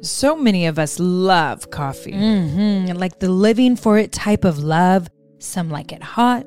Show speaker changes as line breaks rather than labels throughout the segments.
So many of us love coffee.
Mm, like the living for it type of love. Some like it hot,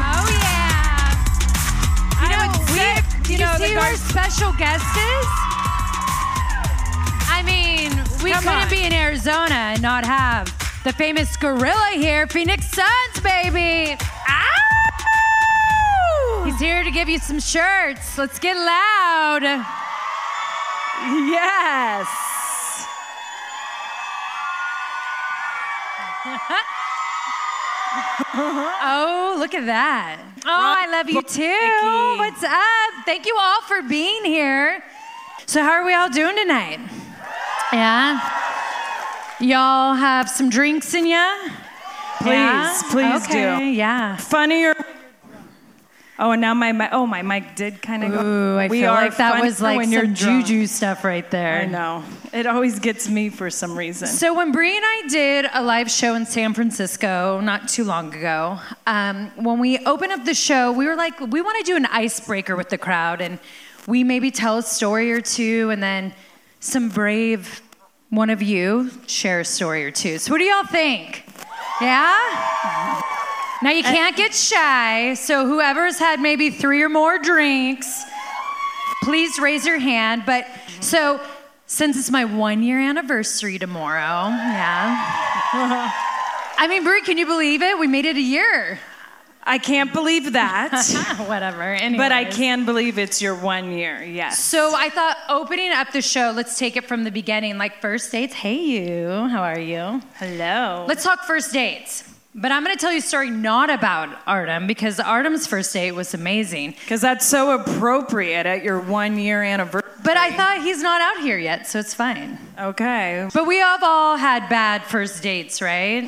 Oh yeah. You know what's sick?
you
you
know, the
see who
guy-
our special guest is? I mean, we
Come
couldn't
on.
be in Arizona and not have the famous gorilla here, Phoenix Suns, baby. Ow! He's here to give you some shirts. Let's get loud. Yes.
Uh-huh.
Oh, look at that. Oh, I love you too. What's up? Thank you all for being here. So, how are we all doing tonight? Yeah. Y'all have some drinks in ya?
Please, please
okay,
do.
Yeah.
Funnier. Oh, and now my mi- oh my mic did kind of go.
Ooh, I
we
feel
are
like that was
funnier
like
when you're
some
drunk.
juju stuff right there.
I know it always gets me for some reason.
So when Bree and I did a live show in San Francisco not too long ago, um, when we opened up the show, we were like, we want to do an icebreaker with the crowd, and we maybe tell a story or two, and then some brave one of you share a story or two. So what do y'all think? Yeah. Now you can't get shy, so whoever's had maybe three or more drinks please raise your hand. But so, since it's my one year anniversary tomorrow, yeah. I mean, Brie, can you believe it? We made it a year.
I can't believe that,
Whatever.
but I
anyways.
can believe it's your one year. Yes.
So I thought opening up the show, let's take it from the beginning. Like first dates. Hey, you. How are you?
Hello.
Let's talk first dates.
But I'm going to tell you a story not about Artem because Artem's first date was amazing.
Because that's so appropriate at your one year anniversary.
But I thought he's not out here yet, so it's fine.
Okay.
But we have all had bad first dates, right?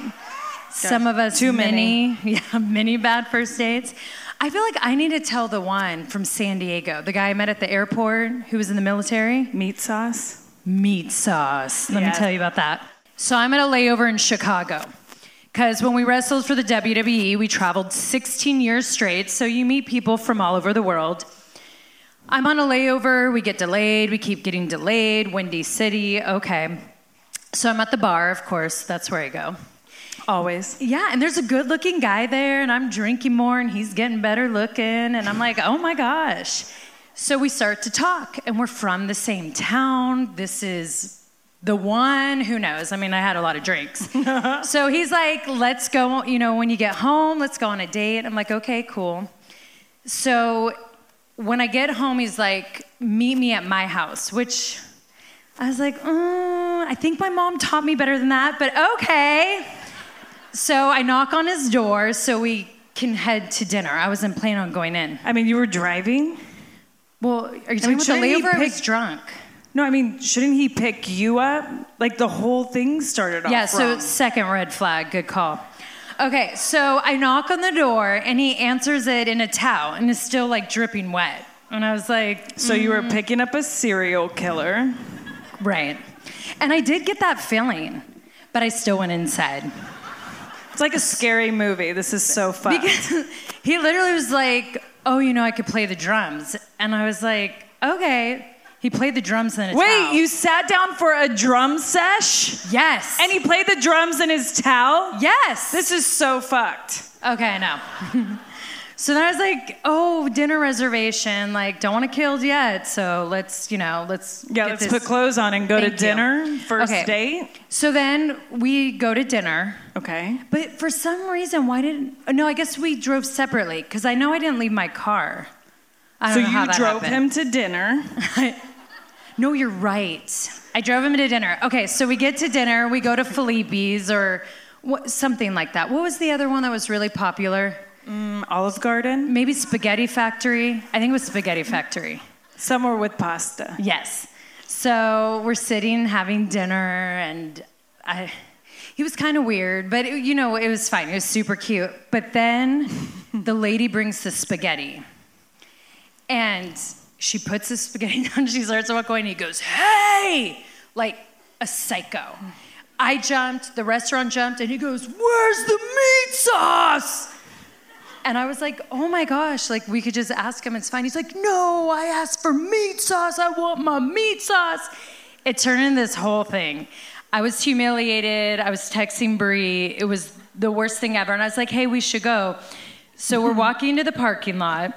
Some of us
Too
yeah, many bad first dates. I feel like I need to tell the one from San Diego, the guy I met at the airport who was in the military.
Meat sauce?
meat sauce. Let
Yes.
me tell you about that. So I'm at a layover in Chicago. Because when we wrestled for the WWE, we traveled 16 years straight, so you meet people from all over the world. I'm on a layover, we get delayed, we keep getting delayed, Windy City, okay. So I'm at the bar, of course, that's where I go.
Always.
Yeah, and there's a good looking guy there, and I'm drinking more, and he's getting better looking, and I'm like, oh my gosh. So we start to talk, and we're from the same town. This is the one, who knows? I mean, I had a lot of drinks. so he's like, let's go, you know, when you get home, let's go on a date. I'm like, okay, cool. So when I get home, he's like, meet me at my house, which I was like, mm, I think my mom taught me better than that, but okay. So I knock on his door so we can head to dinner. I wasn't planning on going in.
I mean, you were driving?
Well, are you talking about the
shouldn't he
layover? I was
pick-
drunk.
No, I mean, shouldn't he pick you up? Like the whole thing started off.
Yeah, so
wrong.
second red flag. Good call. Okay, so I knock on the door and he answers it in a towel and is still like dripping wet. And I was like, "Mm."
So you were picking up a serial killer.
right. And I did get that feeling, but I still went inside.
It's like a scary movie. This is so fun.
Because he literally was like, "Oh, you know, I could play the drums," and I was like, "Okay." He played the drums in a
Wait,
towel.
you sat down for a drum sesh?
yes,
And he played the drums in his towel?
yes.
This is so fucked.
okay, I know. so then I was like, "Oh, dinner reservation. Like, don't want to kill yet. So let's, you know, let's
Yeah,
get
let's
this-
put clothes on and go to
Thank you.
dinner. First
Okay.
date.
So then we go to dinner.
Okay.
But for some reason, why didn't? No, I guess we drove separately because I know I didn't leave my car. I
So
don't know how
you
that
drove
happened.
him to dinner.
No, you're right. I drove him to dinner. Okay, so we get to dinner. We go to Felipe's or what, something like that. What was the other one that was really popular?
Mm, Olive Garden.
Maybe Spaghetti Factory. I think it was Spaghetti Factory.
Somewhere with pasta.
Yes. So we're sitting having dinner, and I, he was kind of weird, but it- you know, it was fine. It was super cute. But then the lady brings the spaghetti, and she puts the spaghetti down. She starts to walk away, and he goes, "Hey!" like a psycho. I jumped. The restaurant jumped, and he goes, "Where's the meat sauce?" And I was like, oh my gosh, like we could just ask him, it's fine. He's like, no, I asked for meat sauce. I want my meat sauce. It turned into this whole thing. I was humiliated. I was texting Bree. It was the worst thing ever. And I was like, hey, we should go. So we're walking to the parking lot,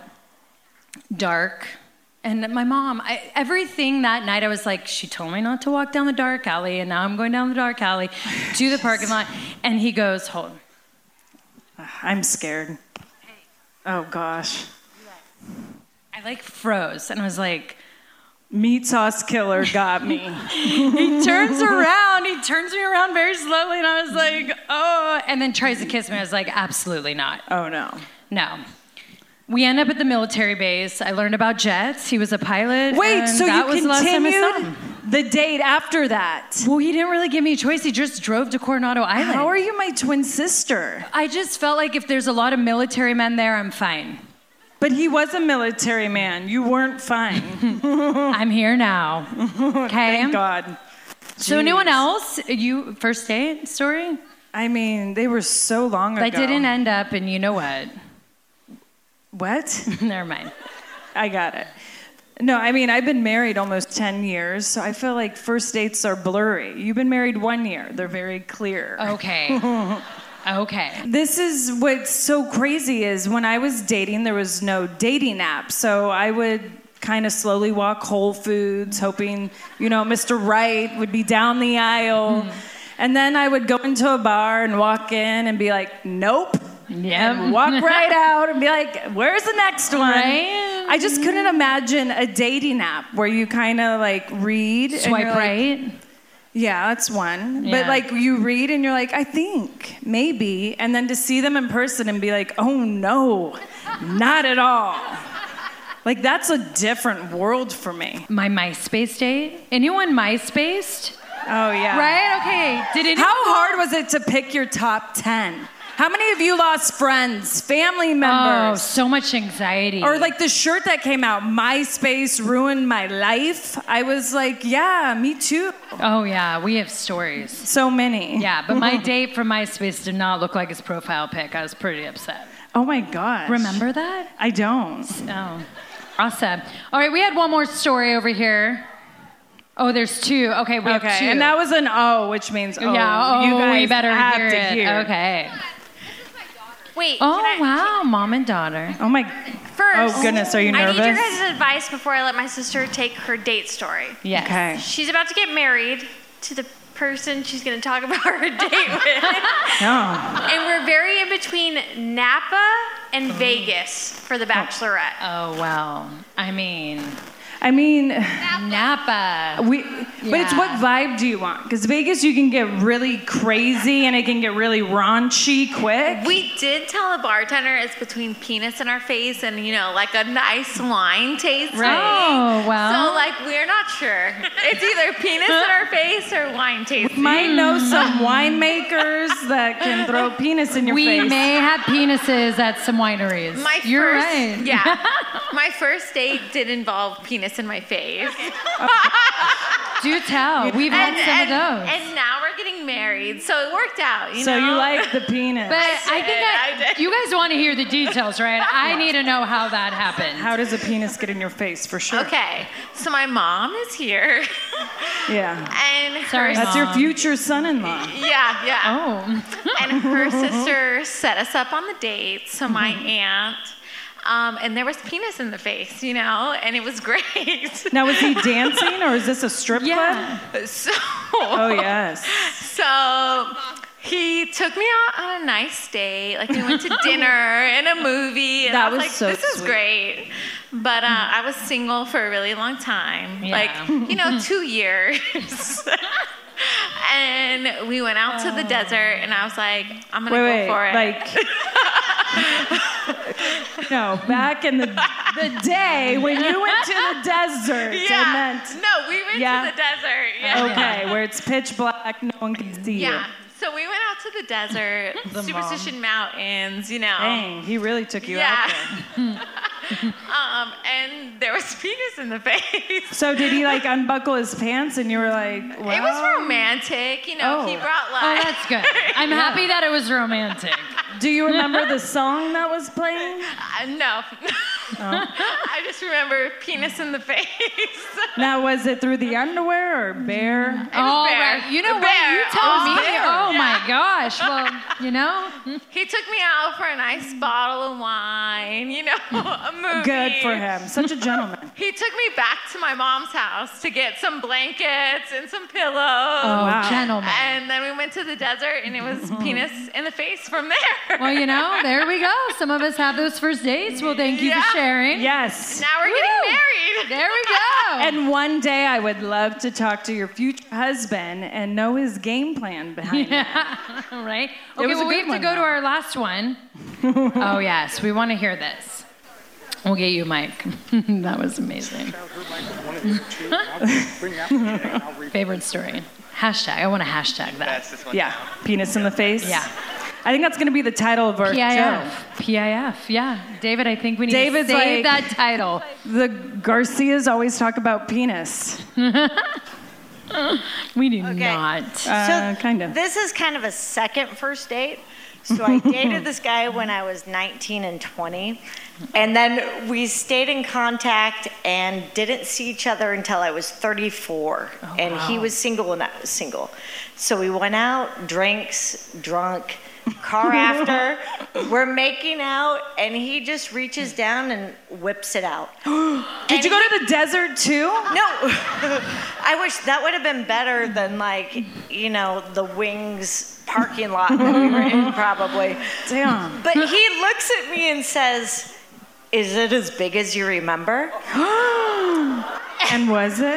dark. And my mom, I, everything that night, I was like, she told me not to walk down the dark alley. And now I'm going down the dark alley to the parking lot. And he goes, hold on.
I'm scared. Oh gosh.
I like froze. And I was like,
Meat sauce killer got me.
turns around. He turns me around very slowly, and I was like, oh, and then tries to kiss me. I was like, absolutely not.
oh no.
No. We end up at the military base. I learned about jets. He was a pilot.
Wait,
and
so
that
you
was the last time I saw
continued
him.
the date after that.
Well, he didn't really give me a choice. He just drove to Coronado Island.
How are you my twin sister?
I just felt like if there's a lot of military men there, I'm fine.
But he was a military man. You weren't fine.
I'm here now. Okay.
Thank God.
so anyone else? You first date story
I mean, they were so long
that
ago.
didn't end up, and you know what?
What?
Never mind.
I got it. No, I mean, I've been married almost 10 years, so I feel like first dates are blurry. You've been married one year, they're very clear.
Okay. okay.
This is what's so crazy is when I was dating, there was no dating app. So I would kind of slowly walk Whole Foods, hoping, you know, Mr. Right would be down the aisle.
Hmm.
And then I would go into a bar and walk in and be like, nope.
Yeah.
And walk right out and be like, where's the next one?
Right?
I just couldn't imagine a dating app where you kind of like read. and
Swipe
you're like,
right.
Yeah, that's one. But
Yeah.
like you read and you're like, I think, maybe. And then to see them in person and be like, oh no, not at all. Like that's a different world for me.
My MySpace date? Anyone MySpaced?
Oh yeah.
Right? Okay. Did it?
How hard was it to pick your top 10? How many of you lost friends, family
Oh,
members?
so much anxiety.
Or like the shirt that came out, MySpace ruined my life. I was like, yeah, me too.
oh yeah, we have stories.
So many.
Yeah, but my date from MySpace did not look like his profile pic. I was pretty upset.
Oh my gosh.
Remember that?
I don't.
Oh, awesome. All right, we had one more story over here. Oh, there's two. Okay, we have two.
Okay, and that was an O, which means oh.
yeah. Oh,
you guys
we better
have
hear
to
it.
hear.
Okay.
Wait.
Oh
can I-
wow, mom and daughter.
Oh my.
First.
Oh goodness, are you nervous?
I need your guys' advice before I let my sister take her date story.
Yes.
Okay.
She's about to get married to the person she's going to talk about her date with.
No.
and we're very in between Napa and Vegas for the bachelorette.
Oh wow. I mean,
I mean,
Napa.
we. But it's
Yeah.
what vibe do you want? Because Vegas, you can get really crazy and it can get really raunchy quick.
We did tell the bartender it's between penis in our face and, you know, like a nice wine tasting.
Oh wow.
So, like, we're not sure. It's either penis in our face or wine tasting.
Might know some winemakers that can throw penis in your
we
face.
may have penises at some wineries.
My
You're
first,
right.
Yeah. my first date did involve penis in my face.
Do
Oh,
tell. We've had some
and,
of those.
and now we're getting married, so it worked out. You
so
know?
you like the penis?
but I think
I
I,
did.
you guys want to hear the details, right? I need to know how that happened.
How does a penis get in your face for sure?
Okay, so my mom is here,
Yeah.
and her-
Sorry,
That's your
Mom.
future son-in-law.
yeah, yeah.
Oh.
and her sister set us up on the date. So my
Mm-hmm.
aunt, um, and there was penis in the face, you know, and it was great.
Now is he dancing or is this a strip
Yeah.
club?
so,
Oh yes.
so he took me out on a nice date. Like we went to dinner and a movie. And
That
I was,
was
like,
so
this is
sweet.
great. But uh, I was single for a really long time,
Yeah.
like you know, two years. and we went out to the desert, and I was like, I'm gonna
Oh. Wait, wait,
go for it.
like. no, back in the, the day when you went to the desert,
yeah.
it meant.
no, we went
Yeah.
to the desert. Yeah.
Okay, where it's pitch black, no one can see
Yeah.
you.
So we went out to the desert, Superstition Mountains, you know.
Dang, he really took you out
Yeah.
there.
Um, and there was penis in the face.
So did he like unbuckle his pants and you were like,
It was
"Well,
romantic, you know. He
Oh.
brought
Oh,
like
that's good. I'm happy that it was romantic.
Do you remember the song that was playing?
Uh, no. I just remember penis in the face.
Now was it through the underwear or bare?
All
bear.
Oh, right. You know
The
what?
bear.
You
It
tell
was
me.
bear.
Oh my gosh. Well, you know,
he took me out for a nice bottle of wine, you know, a movie.
Good for him. Such a gentleman.
He took me back to my mom's house to get some blankets and some pillows.
oh,
Wow.
gentlemen.
And then we went to the desert, and it was penis in the face from there.
Well, you know, there we go. Some of us have those first dates. Well, thank you
Yeah.
for sharing.
Yes.
Now we're
Woo!
getting married.
There we go.
And one day I would love to talk to your future husband and know his game plan behind it.
right? Okay,
was a
well, we
good
have to
one,
go to
though.
our last one. oh, yes. We want to hear this. We'll get you a mic. that was amazing. Favorite story. Hashtag. I want to hashtag that.
Yeah, penis in the face.
Yeah.
I think that's going to be the title of our
PIF.
show.
PIF. Yeah. David, I think we need
David's
to save
like-
that title.
The Garcias always talk about penis.
We do
Okay.
not.
Uh, kind of.
This is kind of a second first date. So I dated this guy when I was 19 and 20. And then we stayed in contact and didn't see each other until I was 34.
Oh,
and he was single and I was single. So we went out, drinks, drunk, car after. We're making out, and he just reaches down and whips it out.
Did you go to the desert too?
No, I wish that would have been better than like you know the wings parking lot that we were in probably.
Damn.
But he looks at me and says, "Is it as big as you remember?"
And was it?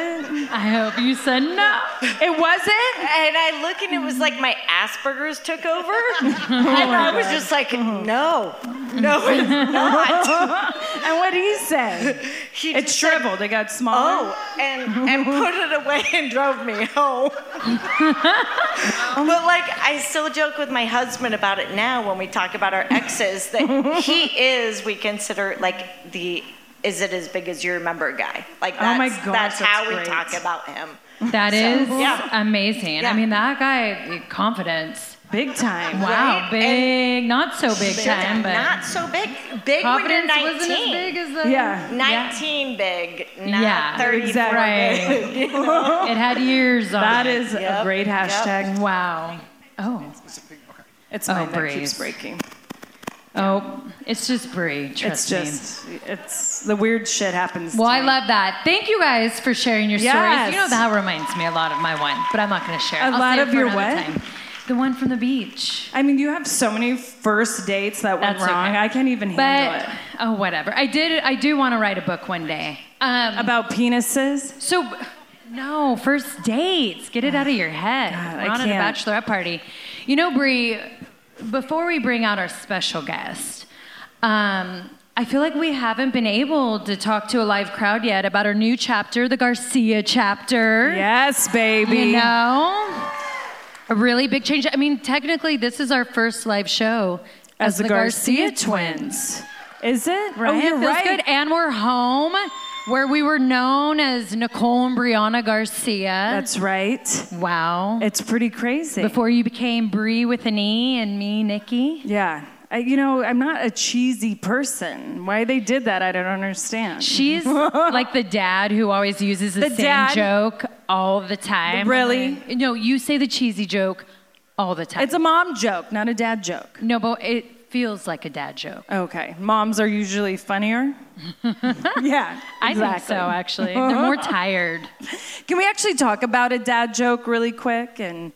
I hope you said no.
It wasn't?
And I look and it was like my Asperger's took over.
Oh
Oh
and I was just like,
Mm-hmm.
no, no, it's not.
And what did he say?
He
It
just said,
shriveled. It got smaller.
Oh, and, and put it away and drove me home. but like, I still joke with my husband about it now when we talk about our exes that he is, we consider like the is it as big as you remember guy. Like,
Oh
that's,
my gosh,
that's how
that's
we
great.
talk about him.
That is
oh. yeah.
amazing.
Yeah.
I mean, that guy, confidence.
Big time.
Wow,
Right?
big, not so big, time, but
not so big. Big when you're
confidence
19.
wasn't as big as the.
Yeah.
19 big, not
Yeah,
34
exactly.
big.
Right. It had years on
That
it.
is a
Yep,
great
yep.
hashtag.
Wow. Oh,
It's
Oh,
mine that
brave.
keeps breaking.
oh, it's just Brie.
It's
Trust me.
just, it's the weird shit happens.
Well,
to
I
me.
love that. Thank you guys for sharing your
Yes.
stories. You know that reminds me a lot of my one, but I'm not going to share. it.
A
I'll
lot
save it
of
for
your
another
what?
Time. The one from the beach.
I mean, you have so many first dates that went
That's
wrong.
okay.
I can't even handle
But
it.
oh, whatever. I did. I do want to write a book one day. Um,
About penises?
So, no, first dates. Get it out of your head.
God,
We're
I
not at
can't.
a bachelorette party. You know, Brie, before we bring out our special guest, um, I feel like we haven't been able to talk to a live crowd yet about our new chapter, the Garcia chapter.
Yes, baby.
You know? A really big change. I mean, technically, this is our first live show
As, the, Garcia,
twins.
twins. Is it?
Right?
Oh, you're
it feels
right.
good. And we're home where we were known as Nicole and Brianna Garcia.
That's right.
wow.
It's pretty crazy.
Before you became Bree with an E and me, Nikki.
yeah. I, you know, I'm not a cheesy person. Why they did that, I don't understand.
She's like the dad who always uses the,
The
same
dad.
joke all the time.
Really?
No, you say the cheesy joke all the time.
it's a mom joke, not a dad joke.
no, but it feels like a dad joke.
Okay. Moms are usually funnier. yeah.
I think so,
exactly.
actually. They're more tired.
Can we actually talk about a dad joke really quick? And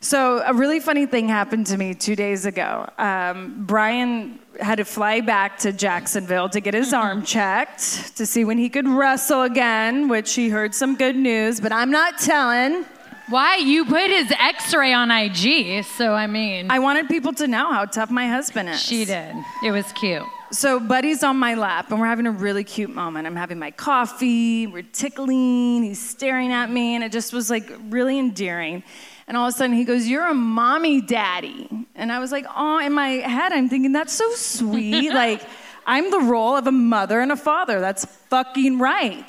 so, a really funny thing happened to me two days ago. Um, Brian had to fly back to Jacksonville to get
Mm-hmm.
his arm checked to see when he could wrestle again, which he heard some good news, but I'm not telling.
Why? You put his x ray on IG, so I mean,
I wanted people to know how tough my husband is.
she did. It was cute.
So Buddy's on my lap, and we're having a really cute moment. I'm having my coffee, we're tickling, he's staring at me, and it just was like really endearing. And all of a sudden, he goes, "You're a mommy daddy," and I was like, "Oh!" In my head, I'm thinking that's so sweet. like, I'm the role of a mother and a father. That's fucking right.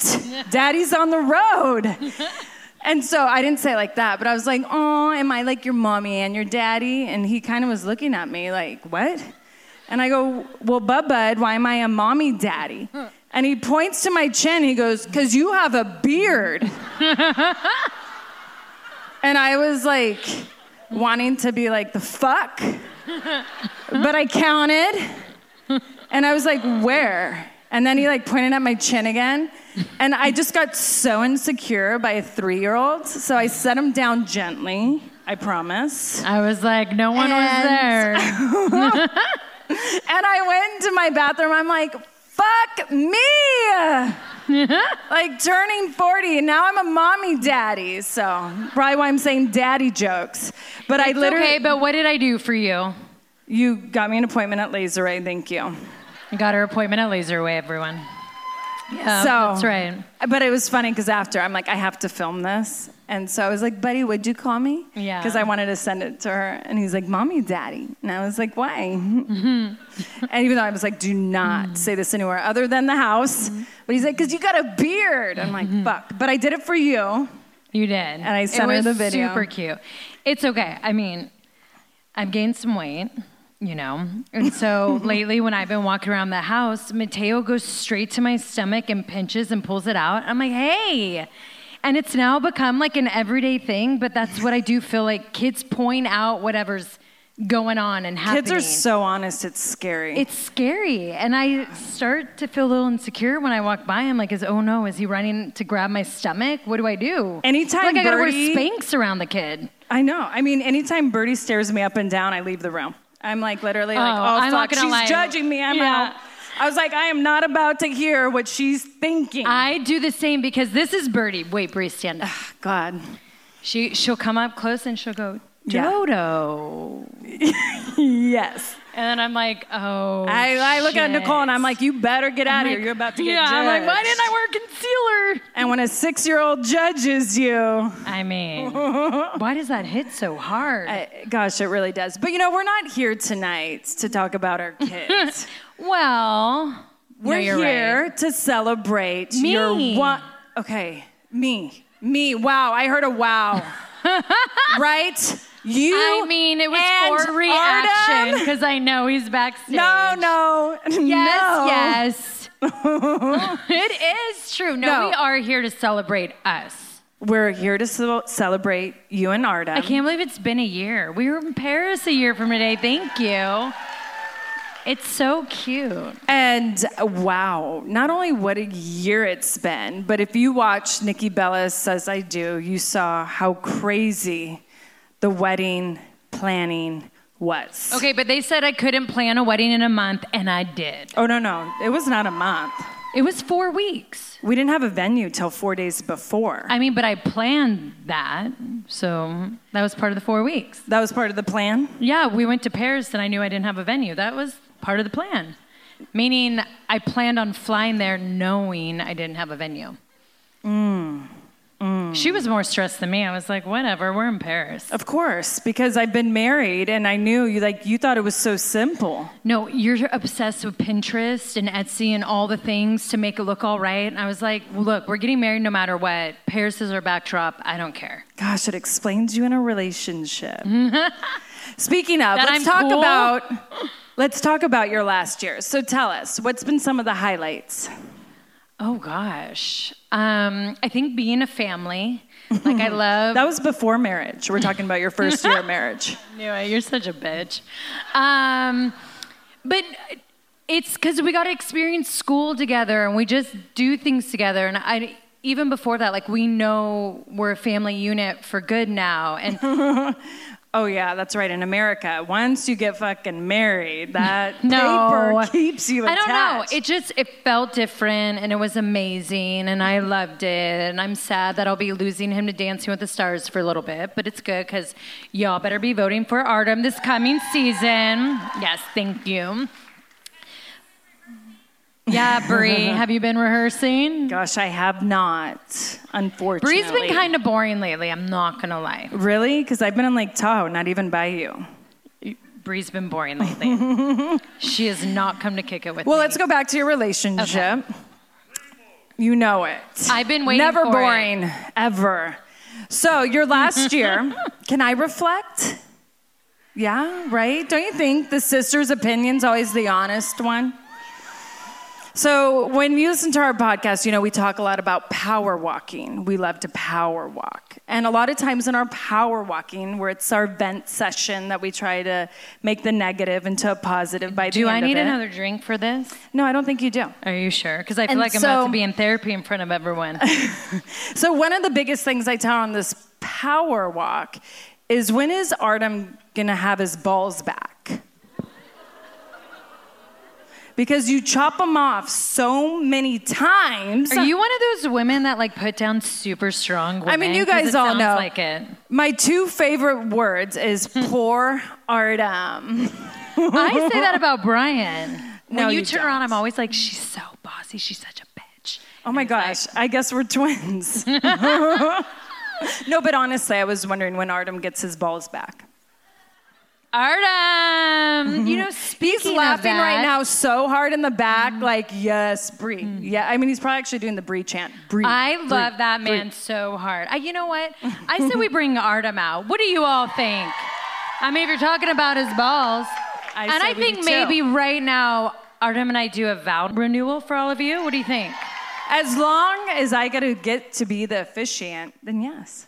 Daddy's on the road. And so I didn't say it like that, but I was like, "Oh, am I like your mommy and your daddy?" And he kind of was looking at me like, "What?" And I go, "Well, bud, bud, why am I a mommy daddy?" And he points to my chin. He goes, "Cause you have a beard." and I was like, wanting to be like, "The fuck," but I counted, and I was like, "Where?" And then he like pointed at my chin again, and I just got so insecure by a three-year-old. So I set him down gently. I promise.
I was like, no one was
And-
there.
And I went into my bathroom. I'm like, fuck me. like turning 40, and now I'm a mommy daddy. So probably why I'm saying daddy jokes. But I
It's
literally,
okay, but what did I do for you?
you got me an appointment at Laser Ray. Thank you.
I got her appointment at Laserway, everyone. Yeah,
so
that's right.
But it was funny because after I'm like, I have to film this. And so I was like, buddy, would you call me?
Yeah.
Because I wanted to send it to her. And he's like, mommy, daddy. And I was like, why? Hmm. and even though I was like, do not
Mm-hmm.
say this anywhere other than the house. But he's like, because you got a beard. I'm like,
Mm-hmm.
fuck. But I did it for you.
You did. And
I sent her
it was
the video.
Super cute. It's okay. I mean, I've gained some weight, you know. And so lately, when I've been walking around the house, Mateo goes straight to my stomach and pinches and pulls it out. I'm like, hey. And it's now become like an everyday thing, but that's what I do feel like kids point out whatever's going on and happening.
Kids are so honest, it's scary.
It's scary. And I start to feel a little insecure when I walk by. I'm like, is oh no, is he running to grab my stomach? What do I do?
Anytime
like I gotta
Birdie-
wear Spanx around the kid.
I know. I mean, anytime Birdie stares me up and down, I leave the room. I'm like literally like,
Oh,
oh,
I'm not
fuck,
gonna
she's
lie.
judging me. I'm
Yeah.
out.
I was like, I am not about to hear what she's thinking.
I do the same because this is Birdie. Wait, Bree, stand up.
God.
She she'll come up close and she'll go,
Yeah.
Dodo.
Yes.
And then I'm like, oh.
I, I look at
shit.
Nicole and I'm like, you better get out of here. You're about to get
yeah,
judged.
I'm like, why didn't I wear concealer?
And when a six year old judges you,
I mean, why does that hit so hard?
I- gosh, it really does. But you know, we're not here tonight to talk about our kids.
well,
we're
you're
here to celebrate
Me.
your one. Okay, me. Me. Wow, I heard a wow. right? You.
I mean, it was
and
for reaction
Artem?
because I know he's backstage.
No, no. no.
Yes, yes. it is true. No,
No.
we are here to celebrate us.
We're here to ce- celebrate you and Arda.
I can't believe it's been a year. We were in Paris a year from today. Thank you. It's so cute.
And uh, wow, not only what a year it's been, but if you watch Nikki Bella Says I Do, you saw how crazy the wedding planning was.
Okay, but they said I couldn't plan a wedding in a month, and I did.
Oh, no, no. It was not a month.
It was four weeks.
We didn't have a venue till four days before.
I mean, but I planned that. So that was part of the four weeks.
that was part of the plan.
Yeah, we went to Paris and I knew I didn't have a venue. That was part of the plan. Meaning I planned on flying there knowing I didn't have a venue.
Mm.
She was more stressed than me. I was like, whatever, we're in Paris.
Of course, because I've been married and I knew you like you thought it was so simple.
No, you're obsessed with Pinterest and Etsy and all the things to make it look all right. And I was like, look, we're getting married no matter what. Paris is our backdrop. I don't care.
Gosh, it explains you in a relationship. Speaking of,
That
let's
I'm
talk
cool?
about let's talk about your last year. So tell us, what's been some of the highlights?
Oh gosh. Um, I think being a family, like I love
That was before marriage. We're talking about your first year of marriage.
knew it. You're such a bitch. Um, but it's because we got to experience school together and we just do things together. And I, even before that, like we know we're a family unit for good now. And
Oh yeah, that's right. In America, once you get fucking married, that
no,
paper keeps you
I
attached.
don't know. It just it felt different and it was amazing and I loved it. And I'm sad that I'll be losing him to Dancing with the Stars for a little bit, but it's good because y'all better be voting for Artem this coming season. Yes, thank you. Yeah, Bree, have you been rehearsing?
Gosh, I have not. Unfortunately,
Bree's been kind of boring lately. I'm not gonna lie.
really because I've been in Lake Tahoe, not even by you.
Bree's been boring lately. she has not come to kick it with
Well,
me.
let's go back to your relationship. You know it.
I've been waiting
Never
for it.
boring, ever. So, your last year, can I reflect? Yeah, right? Don't you think the sister's opinion's always the honest one? So, when you listen to our podcast, you know, we talk a lot about power walking. We love to power walk. And a lot of times in our power walking, where it's our vent session that we try to make the negative into a positive by
Do
the
I
end of
need
it.
another drink for this?
No, I don't think you do.
Are you sure? Because I feel
And
like I'm about
so-
to be in therapy in front of everyone.
So one of the biggest things I tell on this power walk is when is Artem gonna have his balls back? Because you chop them off so many times.
Are you one of those women that like put down super strong women?
I mean, you
'Cause
guys
it
all
sounds
know.
Like it.
My two favorite words is poor Artem.
I say that about Brian.
No,
when you,
you
turn around, I'm
don't.
always like, she's so bossy. She's such a bitch.
Oh my gosh, I guess we're twins. no, but honestly, I was wondering when Artem gets his balls back. Mm-hmm.
Artem, you know, speaking
He's laughing
of that,
right now so hard in the back,
Mm-hmm.
like, yes, Brie. Yeah, I mean, he's probably actually doing the Brie chant. Brie.
I
Brie,
love that
Brie.
man so hard. I, you know what? I say we bring Artem out. What do you all think? I mean, if you're talking about his balls,
I
and
say we
I
do
think
too.
maybe right now Artem and I do a vow renewal for all of you. What do you think?
As long as I get to get to be the officiant, then yes.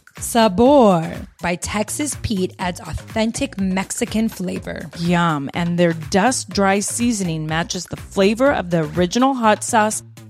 Sabor by Texas Pete adds authentic Mexican flavor.
Yum, and their dust dry seasoning matches the flavor of the original hot sauce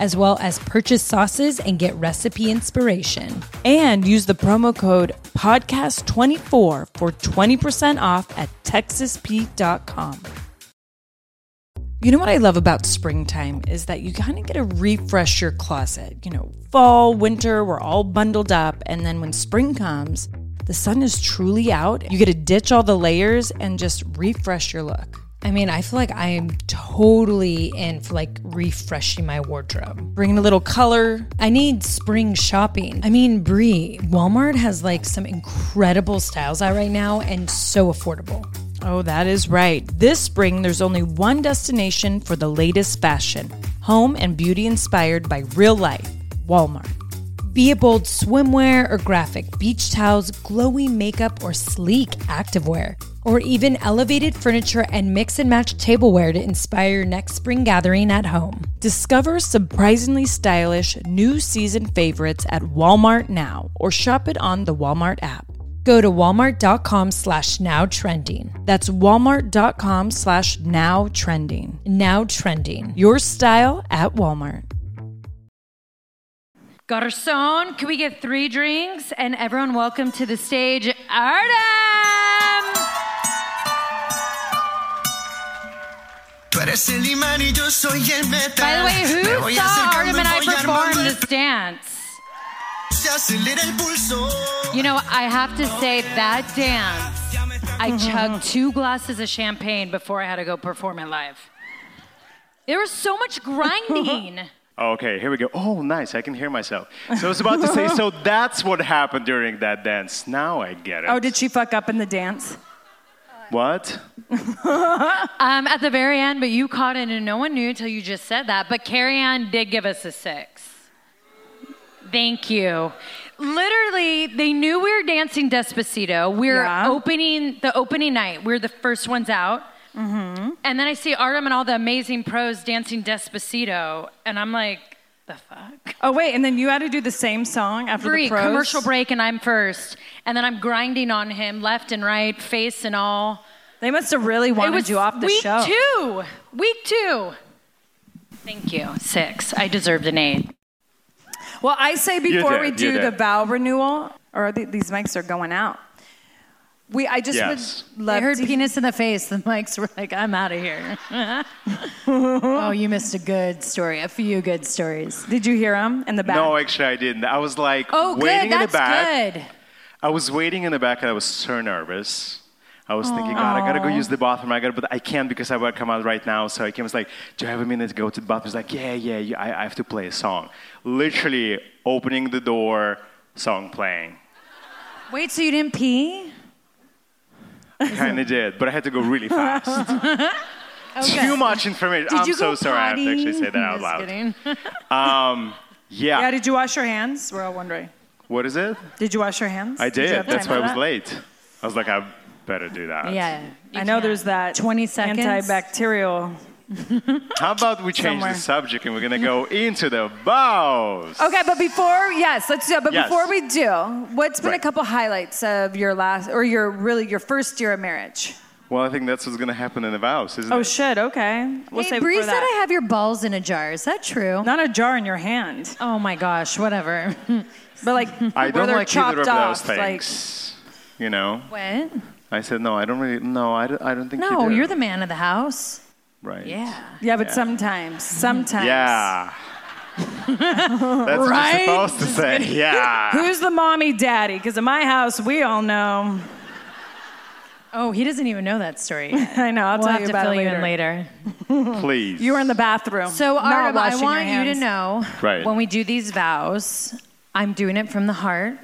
as well as purchase sauces and get recipe inspiration.
And use the promo code podcast24 for 20% off at texaspeak.com. You know what I love about springtime is that you kind of get to refresh your closet. You know, fall, winter, we're all bundled up. And then when spring comes, the sun is truly out. You get to ditch all the layers and just refresh your look.
I mean, I feel like I am totally in for like refreshing my wardrobe.
Bring in a little color.
I need spring shopping. I mean, Brie, Walmart has like some incredible styles out right now and so affordable.
Oh, that is right. This spring, there's only one destination for the latest fashion home and beauty inspired by real life Walmart.
Be it bold swimwear or graphic beach towels, glowy makeup or sleek activewear, or even elevated furniture and mix and match tableware to inspire your next spring gathering at home.
Discover surprisingly stylish new season favorites at Walmart now or shop it on the Walmart app.
Go to walmart.com slash now trending.
That's walmart.com slash now trending.
Now trending.
Your style at Walmart.
Garcon, can we get three drinks? And everyone, welcome to the stage, Artem!
Tú eres el imán y yo soy el metal.
By the way,
Me
who
voy
saw
acercando
Artem and
y
I
voy armando
perform
el
this dance?
plan. Se acelera el pulso.
You know, I have to say that dance, I
Mm-hmm.
chugged two glasses of champagne before I had to go perform it live. There was so much grinding.
Okay, here we go. Oh, nice. I can hear myself. So I was about to say, so that's what happened during that dance. Now I get it.
Oh, did she fuck up in the dance?
what?
Um, at the very end, but you caught it and no one knew until you just said that. But Carrie Ann did give us a six. Thank you. Literally, they knew we were dancing Despacito. We are
Yeah.
opening the opening night. We are the first ones out.
Mm-hmm.
And then I see Artem and all the amazing pros dancing Despacito, and I'm like, the fuck?
Oh wait, and then you had to do the same song after
Three
the pros.
commercial break, and I'm first. And then I'm grinding on him left and right, face and all.
They must have really wanted you off the
week
show.
two. Week two. Thank you. Six. I deserved an eight.
Well, I say before
did,
we
you
do the
did.
vow renewal, or th- these mics are going out. We, I just
Yes.
would love
I heard
to
penis in the face. The mics were like, I'm out of here. oh, you missed a good story. A few good stories.
Did you hear him in the back?
No, actually, I didn't. I was like
Oh,
waiting
good.
in
That's
the back.
good.
I was waiting in the back, and I was so nervous. I was thinking, God, I gotta go use the bathroom. I gotta, but I can't because I will come out right now. So I came, was like, Do you have a minute to go to the bathroom? He's like, Yeah, yeah, yeah I, I have to play a song. Literally opening the door, song playing.
Wait, so you didn't pee?
Kind of did, but I had to go really fast. Too much information.
Did
I'm
you
so
go
sorry. I have to
potty?
actually say that out
Just
loud.
kidding.
Um, yeah.
Yeah, did you wash your hands? We're all wondering.
what is it?
Did you wash your hands?
I
you
did.
have
That's
time
why I
for
was
that?
late. I was like, I better do that.
Yeah.
I know there's that
20 seconds?
antibacterial.
How about we change
Somewhere. Oh.
the subject and we're gonna go into the vows?
Okay, but before yes, let's do. it. But
Yes.
before we do, what's been a
Right.
couple highlights of your last or your really your first year of marriage?
Well, I think that's what's gonna happen in the vows, isn't
Oh
it?
shit! Okay, we'll
hey,
save it
Bree
for
said
that.
I have your balls in a jar. Is that true?
Not a jar in your hand,
Oh my gosh, whatever.
but like
I
where
don't
they're
like
chopped
either of
off.
those things. you know,
what?
I said no. I don't really. No, I don't, I don't think. you
No,
do.
you're the man of the house.
right?
Yeah.
Yeah, but sometimes, sometimes.
Yeah. That's
Right?
what you're supposed to say. Yeah.
Who's the mommy daddy? Because in my house, we all know.
Oh, he doesn't even know that story. Yet.
I know. I'll
We'll
tell
have
you
to
about
fill
it
you
later.
in later.
Please.
You were in the bathroom.
So,
not
Artem, I
washing your
want you to
hands.
know
Right.
when we do these vows, I'm doing it from the heart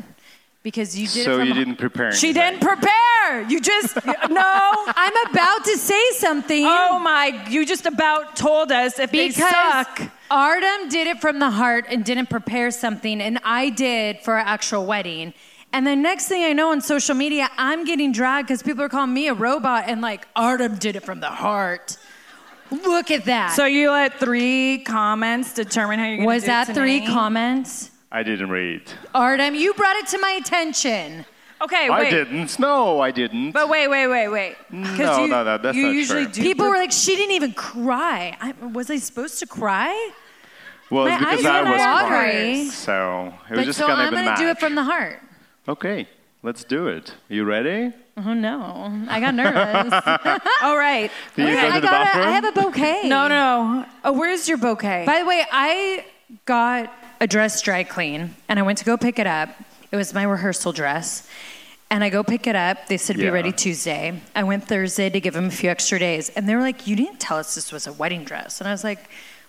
because you did it
So
from
you didn't prepare.
She
anything.
didn't prepare. You just no.
I'm about to say something.
Oh my! You just about told us if
because
they suck.
Artem did it from the heart and didn't prepare something, and I did for our actual wedding. And the next thing I know on social media, I'm getting dragged because people are calling me a robot and like Artem did it from the heart. Look at that.
So you let three comments determine how you're going to
was
do
that three
tonight?
comments?
I didn't read.
Artem, you brought it to my attention.
Okay, wait.
I didn't. No, I didn't.
But wait, wait, wait, wait. 'Cause
No,
you,
no, no, that's
you
not
usually
true.
do.
People were like, she didn't even cry. I, was I supposed to cry?
well, it's
my
because
eyes
I
were
was
watery.
crying. So it was
But
just
so
kind
I'm
of a
gonna
match.
do it from the heart.
Okay, let's do it. You ready?
Oh no, I got nervous.
All right.
Do you
Wait,
go to
I
the
got. A,
bathroom?
I have a bouquet.
No, no. Oh, where's your bouquet?
By the way, I got a dress dry clean, and I went to go pick it up. It was my rehearsal dress, and I go pick it up. They said be
Yeah.
ready Tuesday. I went Thursday to give them a few extra days, and they were like, "You didn't tell us this was a wedding dress," and I was like,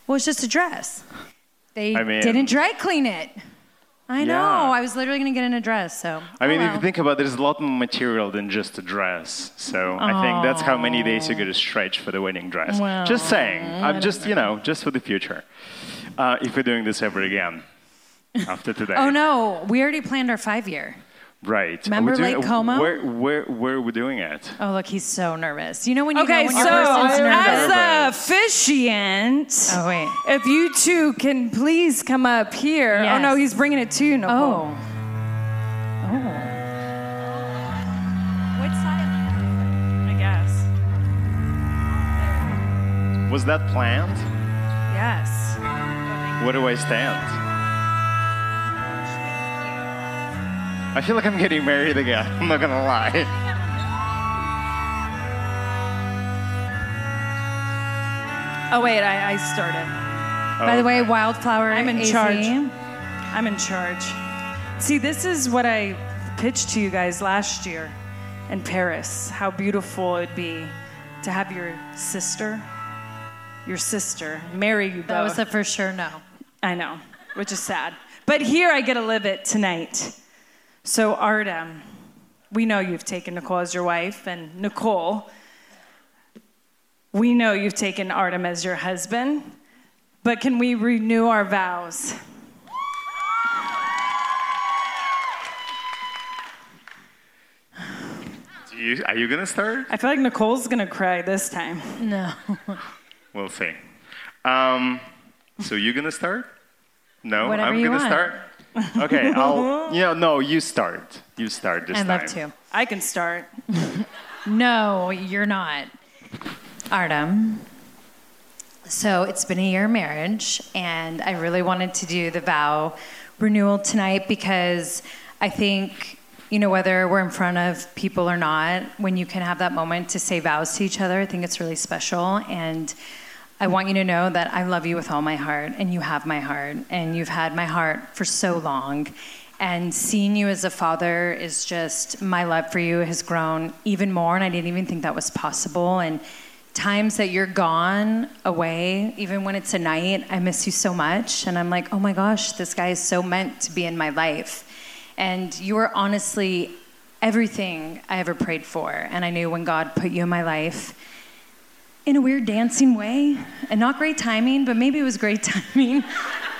"Well, it's just a dress." They
I mean-
didn't dry clean it. I know.
Yeah.
I was literally gonna get in a dress, so.
I mean,
oh,
if you
well.
think about it, there's a lot more material than just a dress. So I think that's how many days you're going to stretch for the wedding dress. just saying. I'm just, you know, just for the future. Uh, if we're doing this ever again after today.
Oh no, we already planned our five year.
Right. Are we
Remember
doing-
Lake Como?
Where, where, where are we doing it?
Oh, look, he's so nervous. You know when you
okay,
know when
so uh,
your person's nervous.
as the officiant,
Oh, wait.
if you two can please come up here. Oh
Yes.
no, he's bringing it to you. Nicole.
oh. Oh. What side?
I guess.
Was that planned?
Yes.
Where do I stand? I feel like I'm getting married again. I'm not gonna lie.
Oh wait, I, I started.
By the way, wildflower.
I'm in
AZ.
charge. I'm in charge. See, this is what I pitched to you guys last year in Paris. How beautiful it'd be to have your sister, your sister, marry you both.
That was a for sure no.
I know, which is sad. But here I get to live it tonight. So, Artem, we know you've taken Nicole as your wife, and Nicole, we know you've taken Artem as your husband, but can we renew our vows?
Do you, are you gonna start?
I feel like Nicole's gonna cry this time.
No.
We'll see. Um, so you gonna start? No,
Whatever
I'm
you
gonna
want.
start. Okay, I'll. Yeah, no, you start. You start this
I'd
time.
love to.
I can start.
No, you're not. Artem. So it's been a year of marriage, and I really wanted to do the vow renewal tonight because I think, you know, whether we're in front of people or not, when you can have that moment to say vows to each other, I think it's really special. And I want you to know that I love you with all my heart, and you have my heart, and you've had my heart for so long. And seeing you as a father is just my love for you has grown even more, and I didn't even think that was possible. And times that you're gone away, even when it's a night, I miss you so much. And I'm like, oh my gosh, this guy is so meant to be in my life. And you were honestly everything I ever prayed for. And I knew when God put you in my life in a weird dancing way and not great timing, but maybe it was great timing.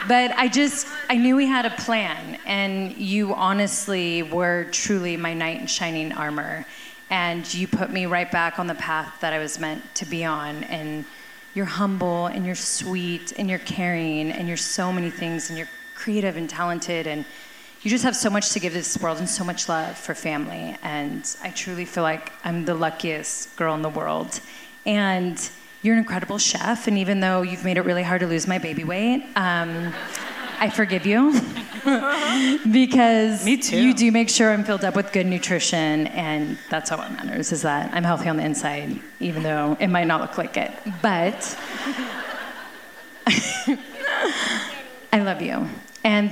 but I just, I knew we had a plan. And you honestly were truly my knight in shining armor. And you put me right back on the path that I was meant to be on. And you're humble and you're sweet and you're caring and you're so many things and you're creative and talented. And you just have so much to give to this world and so much love for family. And I truly feel like I'm the luckiest girl in the world. And you're an incredible chef. And even though you've made it really hard to lose my baby weight, um, I forgive you because
Me too.
you do make sure I'm filled up with good nutrition, and that's all that matters is that I'm healthy on the inside, even though it might not look like it. But I love you, and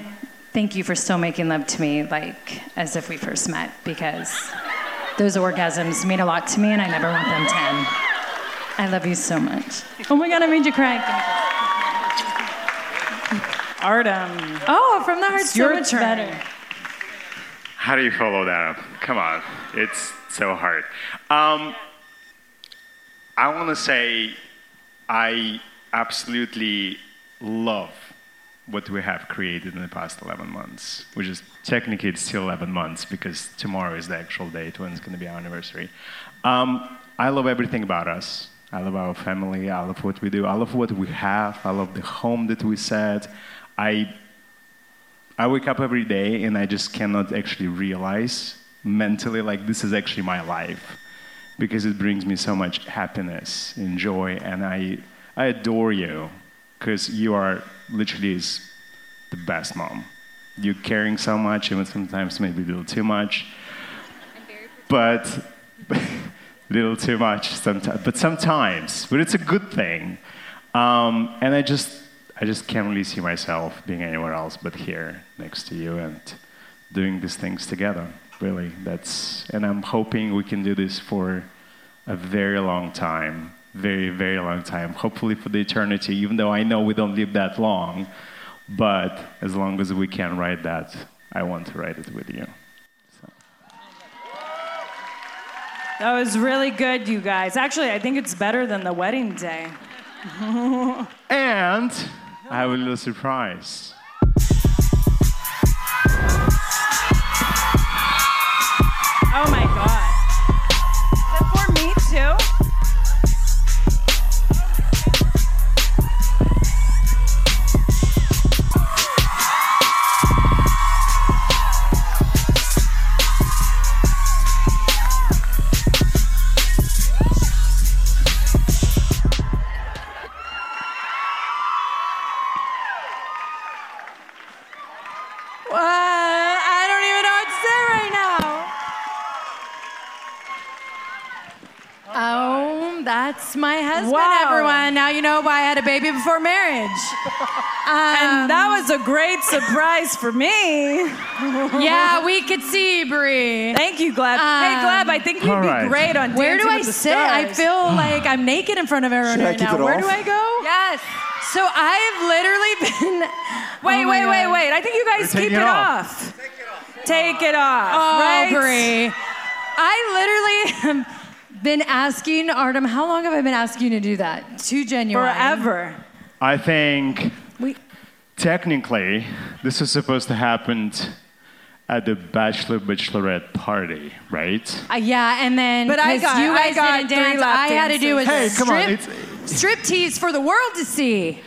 thank you for still making love to me like as if we first met because those orgasms mean a lot to me, and I never want them to end. I love you so much. Oh my God, I made you cry.
Artem.
Oh, from the heart,
It's
so
your
much
turn.
better.
How do you follow that up? Come on, it's so hard. Um, I want to say I absolutely love what we have created in the past 11 months, which is technically it's still 11 months because tomorrow is the actual date when it's going to be our anniversary. Um, I love everything about us. I love our family. I love what we do. I love what we have. I love the home that we set. I I wake up every day and I just cannot actually realize mentally like this is actually my life because it brings me so much happiness and joy and I I adore you because you are literally is the best mom. You're caring so much and sometimes maybe a little too much. But little too much sometimes, but sometimes, but it's a good thing. Um, and I just, I just can't really see myself being anywhere else but here next to you and doing these things together. Really, that's, and I'm hoping we can do this for a very long time, very, very long time. Hopefully for the eternity, even though I know we don't live that long, but as long as we can write that, I want to write it with you.
That was really good, you guys. Actually, I think it's better than the wedding day.
And I have a little surprise.
Oh my god. Is that for me too?
Uh,
Well, I don't even know what to say right now.
Oh, that's my husband,
Wow.
everyone. Now you know why I had a baby before marriage. Um,
And that was a great surprise for me.
Yeah, we could see, Brie. Um,
Thank you, Gleb. hey, Gleb, I think you'd
All
be
right.
great on
Where do
Dancing
I
with the
sit? I
Stars.
feel like I'm naked in front of everyone
Should I
right
keep
now.
it
Where
off?
do I go?
Yes.
So I've literally been.
Wait,
Oh my
wait, wait,
God.
wait. I think you guys
We're
keep it
taking it
off.
off.
Take it off.
Oh,
right?
Brie. I literally have been asking Artem, how long have I been asking you to do that? Too genuine.
Forever.
I think
We-
technically this is supposed to happen t- at the bachelor bachelorette party, right?
Uh, yeah, and then
But I
'cause
got-
you
I
guys
got
didn't
three
dance,
lap
I had to do a
Hey, come on,
strip, strip tease for the world to see.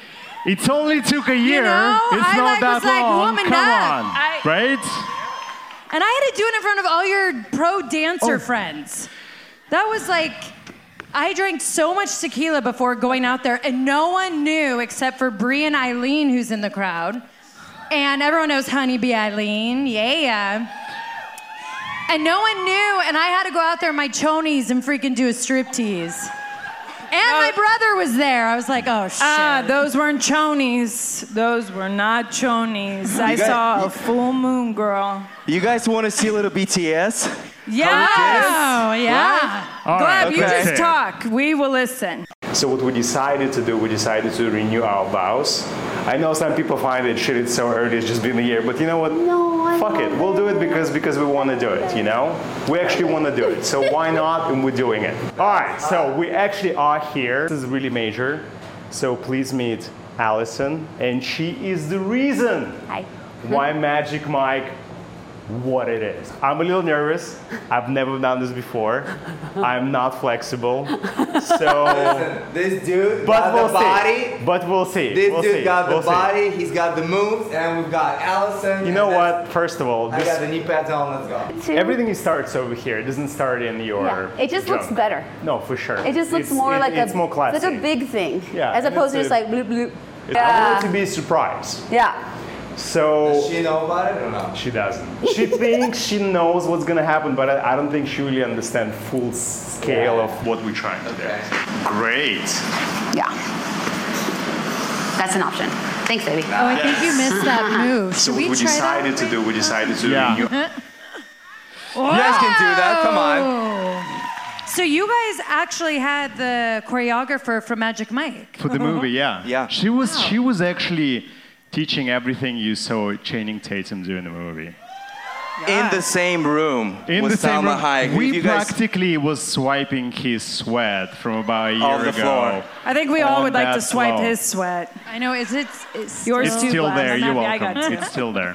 It only took a year.
know,
it's
I,
not
like,
that
was like,
long.
woman
come
up.
on,
I-
right?
And I had to do it in front of all your pro dancer
Oh.
friends. That was like, I drank so much tequila before going out there, and no one knew except for Brie and Eileen, who's in the crowd. And everyone knows Honeybee Eileen, yeah. And no one knew, and I had to go out there in my chonies and freaking do a striptease. And my brother was there. I was like, oh shit.
Oh. Ah, those weren't chonies. Those were not chonies. I
guys-
saw a full moon, girl.
You guys want to see a little BTS?
Yeah.
oh, yeah.
All
Gleb,
right,
you
okay.
just talk. We will listen.
So what we decided to do, we decided to renew our vows. I know some people find it shit, it's so early, it's just been a year, but you know what? No, Fuck it, we'll do it because because we want to do it, you know? We actually want to do it, so why not? And we're doing it. All right, so we actually are here. This is really major, so please meet Allison, and she is the reason why Magic Mike what it is. I'm a little nervous. I've never done this before. I'm not flexible. So
This dude
but
got
we'll
the body.
see. But we'll see.
This
we'll
dude
see.
got the
We'll see.
body. He's got the moves, and we've got Allison.
You know
and that's-
what? First of all,
I got
this,
the knee pads on. Let's go.
everything starts over here. It doesn't start in your.
Yeah, it just looks
junk.
better.
No, for sure.
It just looks
It's-
more
it-
like
it's
a
more classy.
it's like a big thing,
Yeah,
as
and
opposed to
it's
just
a-
like bloop bloop.
I want it to
Yeah,
be a surprise.
yeah.
So
Does she know about it or no?
She doesn't. She thinks she knows what's gonna happen, but I, I don't think she really understands full scale of what we're trying to do. Great.
Yeah. That's an option. Thanks, baby.
Oh, I think you missed that move. Uh-huh. Should
So
we
what we
try that?
decided to do, we decided to do. you-
You
guys can do that, come on.
So you guys actually had the choreographer from Magic Mike.
for the movie, yeah. Yeah. She was she was actually teaching everything you saw Channing Tatum do in the movie.
In the same room
In
with
the same
Salma
room,
Hayek. If
we
you guys-
practically was swiping his sweat from about a year
On the
ago.
floor.
I think we all
on
would like to
that
swipe
floor.
his sweat.
I know. Is it? It's
yours
It's
too?
still
Glass?
there.
I'm
You're
happy I got
welcome.
two.
It's still there.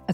a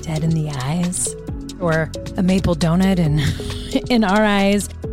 dead in the eyes, or a maple donut in, in our eyes.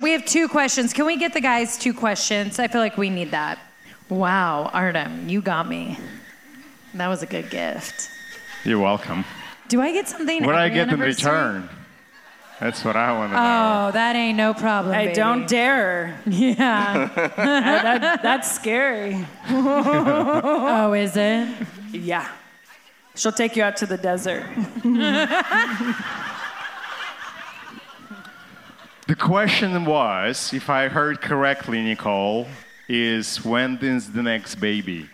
We have two questions. Can we get the guys two questions? I feel like we need that. Wow, Artem, you got me. That was a good gift.
You're welcome.
Do I get something?
What do I
every
get in
anniversary?
return? That's what I uh, want to know.
Oh, that ain't no problem.
I
baby.
don't dare. Oh,
Yeah.
that, that's scary.
oh, is it?
Yeah. She'll take you out to the desert.
The question was, if I heard correctly, Nicole, is when is the next baby?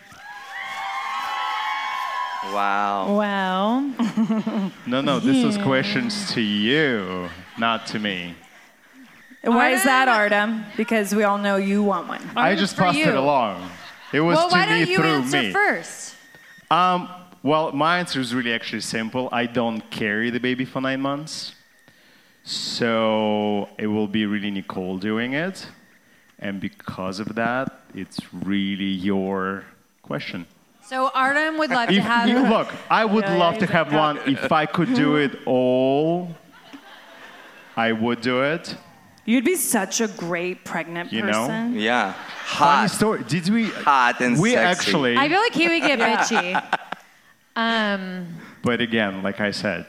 Wow.
Wow.
No, no, this was questions to you, not to me.
Why is that, Artem? Because we all know you want one.
I just passed it along. It was
well,
to
why
me
don't you
through
answer
me.
first?
Um, well, my answer is really actually simple. I don't carry the baby for nine months. So it will be really Nicole doing it. And because of that, it's really your question.
So Artem would love to
If-
have.
you- look, I would
Yeah,
love
yeah,
to
he's
have
like,
one. If I could do it all, I would do it.
You'd be such a great pregnant
You know?
person.
Yeah. Hot.
story. Did we?
Hot and
we
sexy.
actually-
I feel like he would get bitchy. Um,
But again, like I said,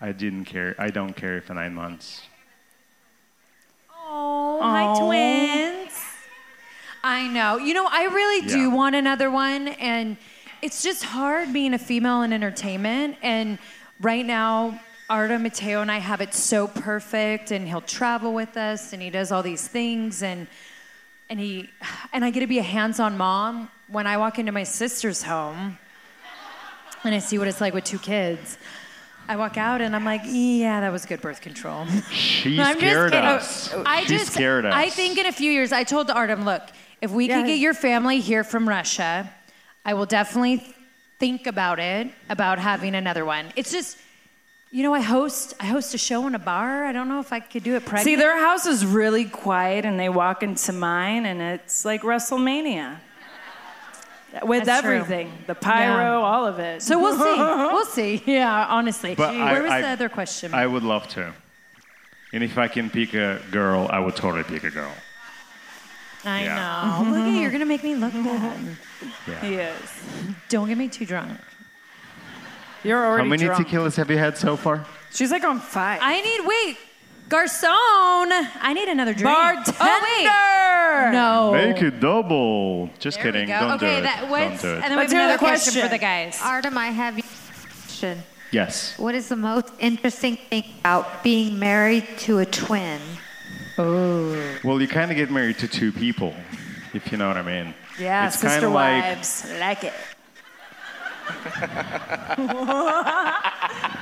I didn't care. I don't care for nine months.
oh, hi twins. I know. You know, I really do
Yeah.
want another one, and it's just hard being a female in entertainment. And right now, Arta Mateo and I have it so perfect, and he'll travel with us, and he does all these things, and and he and I get to be a hands-on mom when I walk into my sister's home and I see what it's like with two kids. I walk out and I'm like, yeah, that was good birth control.
She
I'm just
scared
kidding. Oh,
us.
I
she
just,
scared us.
I think in a few years, I told Artem, look, if we could get your family here from Russia, I will definitely think about it, about having another one. It's just, you know, I host, I host a show in a bar. I don't know if I could do it pregnant.
See, their house is really quiet, and they walk into mine, and it's like WrestleMania with
That's true.
everything the pyro,
Yeah.
all of it.
So we'll see. We'll see. Yeah, honestly.
But I-
Where was
I-
the other question?
I would love to. And if I can pick a girl, I would totally pick a girl.
I
Yeah.
know. Look at you. You're going to make me look bad.
Yeah.
Yes.
Don't get me too drunk.
You're already
How many
drunk.
tequilas have you had so far?
She's like on five.
I need, wait, Garcon. I need another drink.
Bartender.
Oh, wait. No.
Make it double. Just
There we
kidding.
go.
Don't
okay,
do it.
that
Don't
what's
do it.
and then
Let's
we
hear
have
the
another question.
question.
for the guys.
Artem, I have a question.
yes.
What is the most interesting thing about being married to a twin?
Oh.
Well, you kind of get married to two people, if you know what I mean.
yeah,
It's kind
sister
of like
wives like it.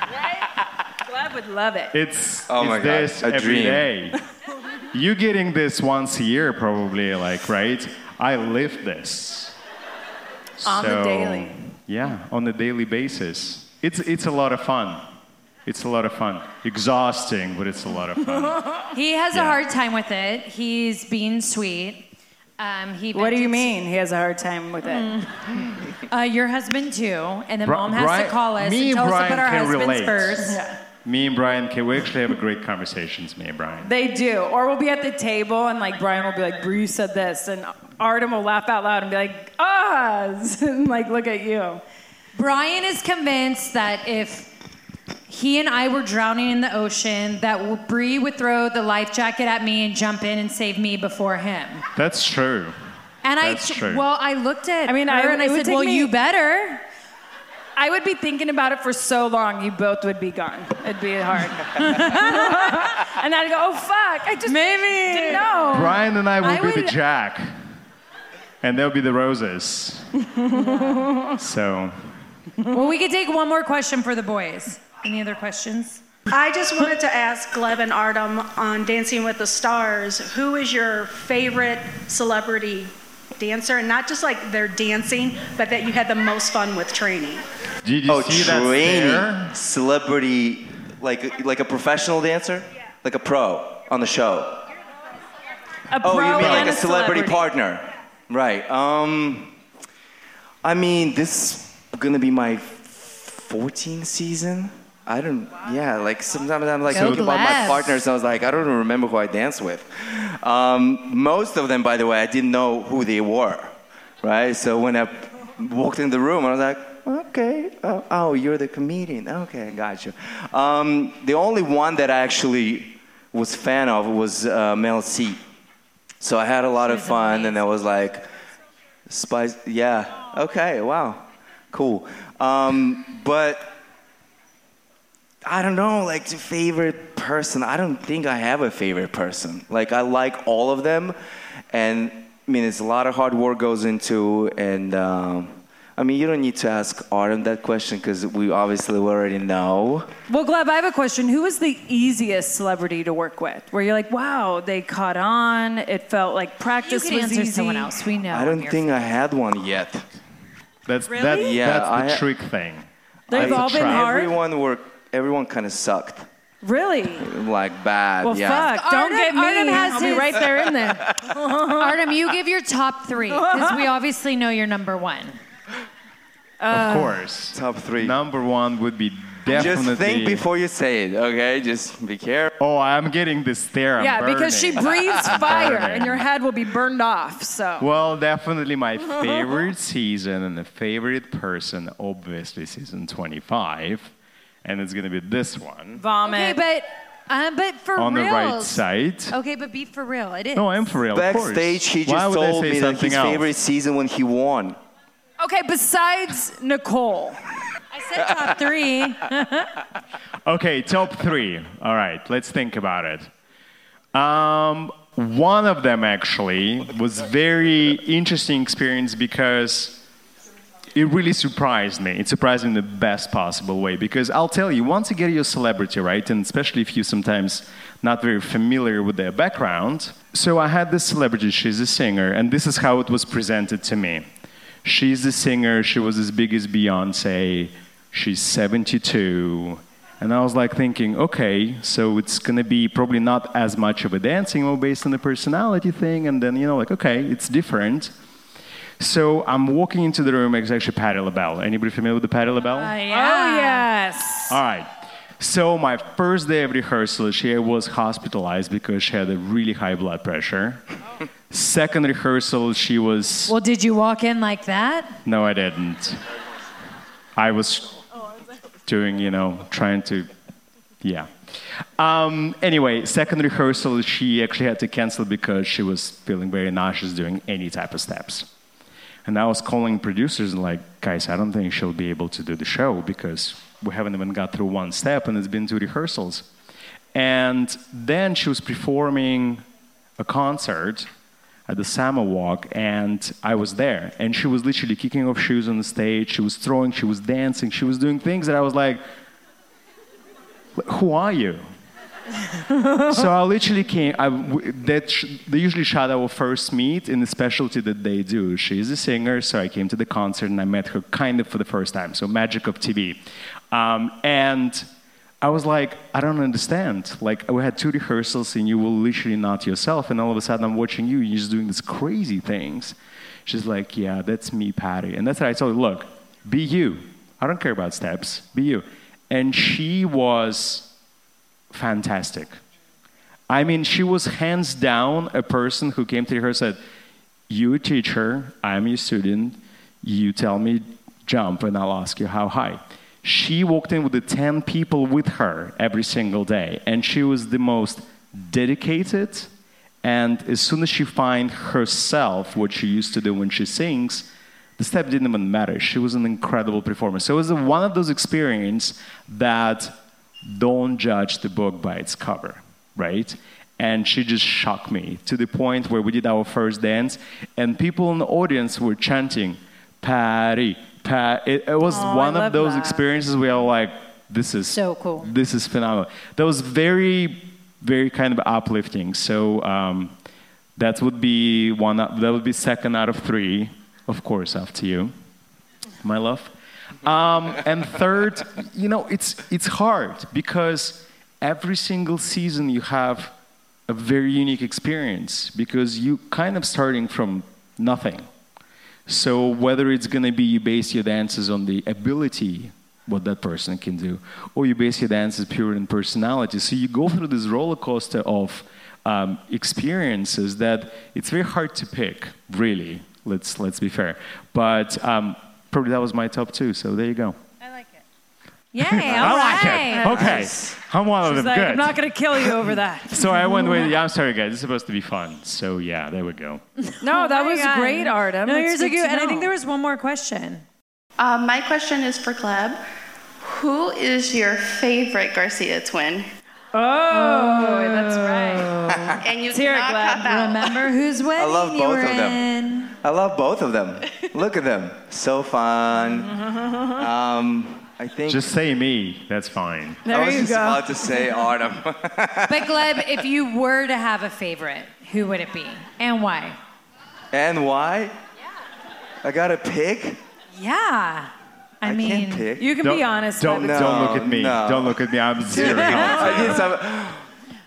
Glad would love it.
It's,
Oh
it's
my God,
this
a
every
dream.
day. you getting this once a year, probably, like, right? I live this.
On the daily.
Yeah, on a daily basis. It's, it's a lot of fun. It's a lot of fun. Exhausting, but it's a lot of fun.
He has a
Yeah.
hard time with it. He's being sweet. Um, he
What do you
vented to-
mean? He has a hard time with it.
Uh, your husband too, and then
Bri-
mom has
Brian-
to call us
me
and tell us
Brian
to put our
can
husbands
relate.
first.
me and Brian, can we actually have a great conversations, me and Brian.
They do. Or we'll be at the table and like Brian will be like, Bree said this. And Artem will laugh out loud and be like, ah, and like, look at you.
Brian is convinced that if he and I were drowning in the ocean, that Bree would throw the life jacket at me and jump in and save me before him.
That's true.
And
That's
I,
true.
well, I looked at
I mean,
her
I-
and I
it would
said,
take
"Well,
me-
you better."
I would be thinking about it for so long, you both would be gone. It'd be hard. and I'd go, oh, fuck. I just
Maybe.
didn't know.
Brian and I will
I
be
would-
the Jack, and they'll be the roses. so,
Well, we could take one more question for the boys. Any other questions?
I just wanted to ask Gleb and Artem on Dancing with the Stars, who is your favorite celebrity dancer? And not just like they're dancing, but that you had the most fun with training.
did you
oh,
see that stare?
training. Celebrity, like like a professional dancer? Like a pro on the show.
A
Oh,
pro
you mean like
and
a celebrity, partner? Right. Um, I mean, this is gonna be my 14th season. I don't. Yeah, like sometimes I'm like
Go
thinking about my
Blabs.
partners, and I was like, I don't even remember who I danced with. Um, most of them, by the way, I didn't know who they were. Right. So when I walked in the room, I was like. Okay. Oh, oh, you're the comedian. Okay, got you. Um, the only one that I actually was fan of was uh, Mel C. So I had a lot of fun, and I was like, spice. Yeah. Okay. Wow. Cool. Um, but I don't know, like the favorite person, I don't think I have a favorite person. Like I like all of them, and I mean it's a lot of hard work goes into. And um, I mean you don't need to ask Artem that question because we obviously already know.
Well, Gleb, I have a question. Who was the easiest celebrity to work with? Where you're like, wow, they caught on. It felt like practice
You can
was
answer
easy.
someone else. We know.
I don't think I had one yet.
That's
Really? that's-
yeah,
that's the
I ha-
trick thing.
They've
I-
all been hard?
Everyone were everyone kind of sucked.
Really?
Like bad.
Well,
yeah.
fuck. Don't get me.
Artem has
I'll be
his-
right there in there.
Artem,
you give your top three because we obviously know you're number one.
Uh,
of course.
Top three.
Number one would be definitely.
Just think before you say it, okay? Just be careful.
Oh, I'm getting this stare. I'm
yeah, because she
burning.
breathes
I'm
fire and
burning.
your head will be burned off. So.
Well, definitely my favorite season and the favorite person, obviously, season 25. And it's going to be this one
Vomit.
Okay, but um, but for
on
real.
the right side.
Oh,
Okay, but be for real. It is.
No, I'm for real. of course.
Backstage, he
Why
just
would I
told
say
me that
something
his
else?
favorite season when he won.
Okay, besides Nicole. I said top three.
Okay, top three. All right, let's think about it. Um, one of them actually was very interesting experience because it really surprised me. It surprised me in the best possible way because I'll tell you, once you get your celebrity right, and especially if you sometimes not very familiar with their background. So I had this celebrity. She's a singer, and this is how it was presented to me. She's the singer. She was as big as Beyonce. She's 72. And I was like thinking, okay, so it's gonna be probably not as much of a dancing or based on the personality thing. And then, you know, like, okay, it's different. So I'm walking into the room, it's actually Patti LaBelle. Anybody familiar with the Patti LaBelle?
Oh, yes.
All right. So my first day of rehearsal, she was hospitalized because she had a really high blood pressure. Second rehearsal, she was.
Well, did you walk in like that?
No, I didn't. I was doing, you know, trying to, yeah. Um, anyway, second rehearsal, she actually had to cancel because she was feeling very nauseous doing any type of steps. And I was calling producers and like, guys, I don't think she'll be able to do the show because we haven't even got through one step and it's been two rehearsals. And then she was performing a concert at the Sama Walk, and I was there. And she was literally kicking off shoes on the stage. She was throwing. She was dancing. She was doing things that I was like, "Who are you?" so I literally came. I, w- that sh- they usually shot our first meet in the specialty that they do. She's a singer, so I came to the concert and I met her kind of for the first time. So magic of TV, um, and I was like, I don't understand. Like we had two rehearsals and you were literally not yourself, and all of a sudden I'm watching you. You're just doing these crazy things. She's like, Yeah, that's me, Patty, and that's what I told her. Look, be you. I don't care about steps. Be you. And she was fantastic. I mean, she was hands down a person who came to her and said, You teacher, I'm your student, you tell me jump and I'll ask you how high. She walked in with the 10 people with her every single day, and she was the most dedicated. And as soon as she find herself, what she used to do when she sings, the step didn't even matter. She was an incredible performer. So it was one of those experiences that don't judge the book by its cover, right? And she just shocked me to the point where we did our first dance, and people in the audience were chanting, Patty, Pat. It, it was
Oh,
one
I love
of those
that.
experiences where I was like, this is
So cool.
This is phenomenal. That was very, very kind of uplifting. So um, that would be one. That would be second out of three, of course, after you, my love. Um, and third, you know, it's it's hard because every single season you have a very unique experience because you kind of starting from nothing. So whether it's going to be you base your dances on the ability what that person can do, or you base your dances pure in personality. So you go through this roller coaster of um, experiences that it's very hard to pick. Really, let's let's be fair. But um, probably that was my top two. So there you go.
Yay,
I like it. Okay, I'm one of
She's
them.
like,
Good.
I'm not going to kill you over that.
so I went with. Yeah, I'm sorry, guys. This is supposed to be fun. So yeah, there we go.
No, that
Oh my
was
God.
great, Artem.
No, yours
It's
are
good
good.
to
And I
know.
think there was one more question.
Uh, my question is for Gleb. Who is your favorite Garcia twin?
Oh, that's right.
And you
Tear
cannot
glad.
cop out.
Remember whose wedding
love
you
both
were
of them.
in.
I love both of them. Look at them. So fun.
Mm-hmm.
Um, I think.
Just say me. That's fine.
There
I was
you
just
go.
about to say Autumn.
But Gleb, if you were to have a favorite, who would it be and why?
and why? I got to pick.
Yeah. I,
I
mean,
can't pick.
Don't- Don't, don't look at me.
No.
Don't look at me. I'm zero.
I did some.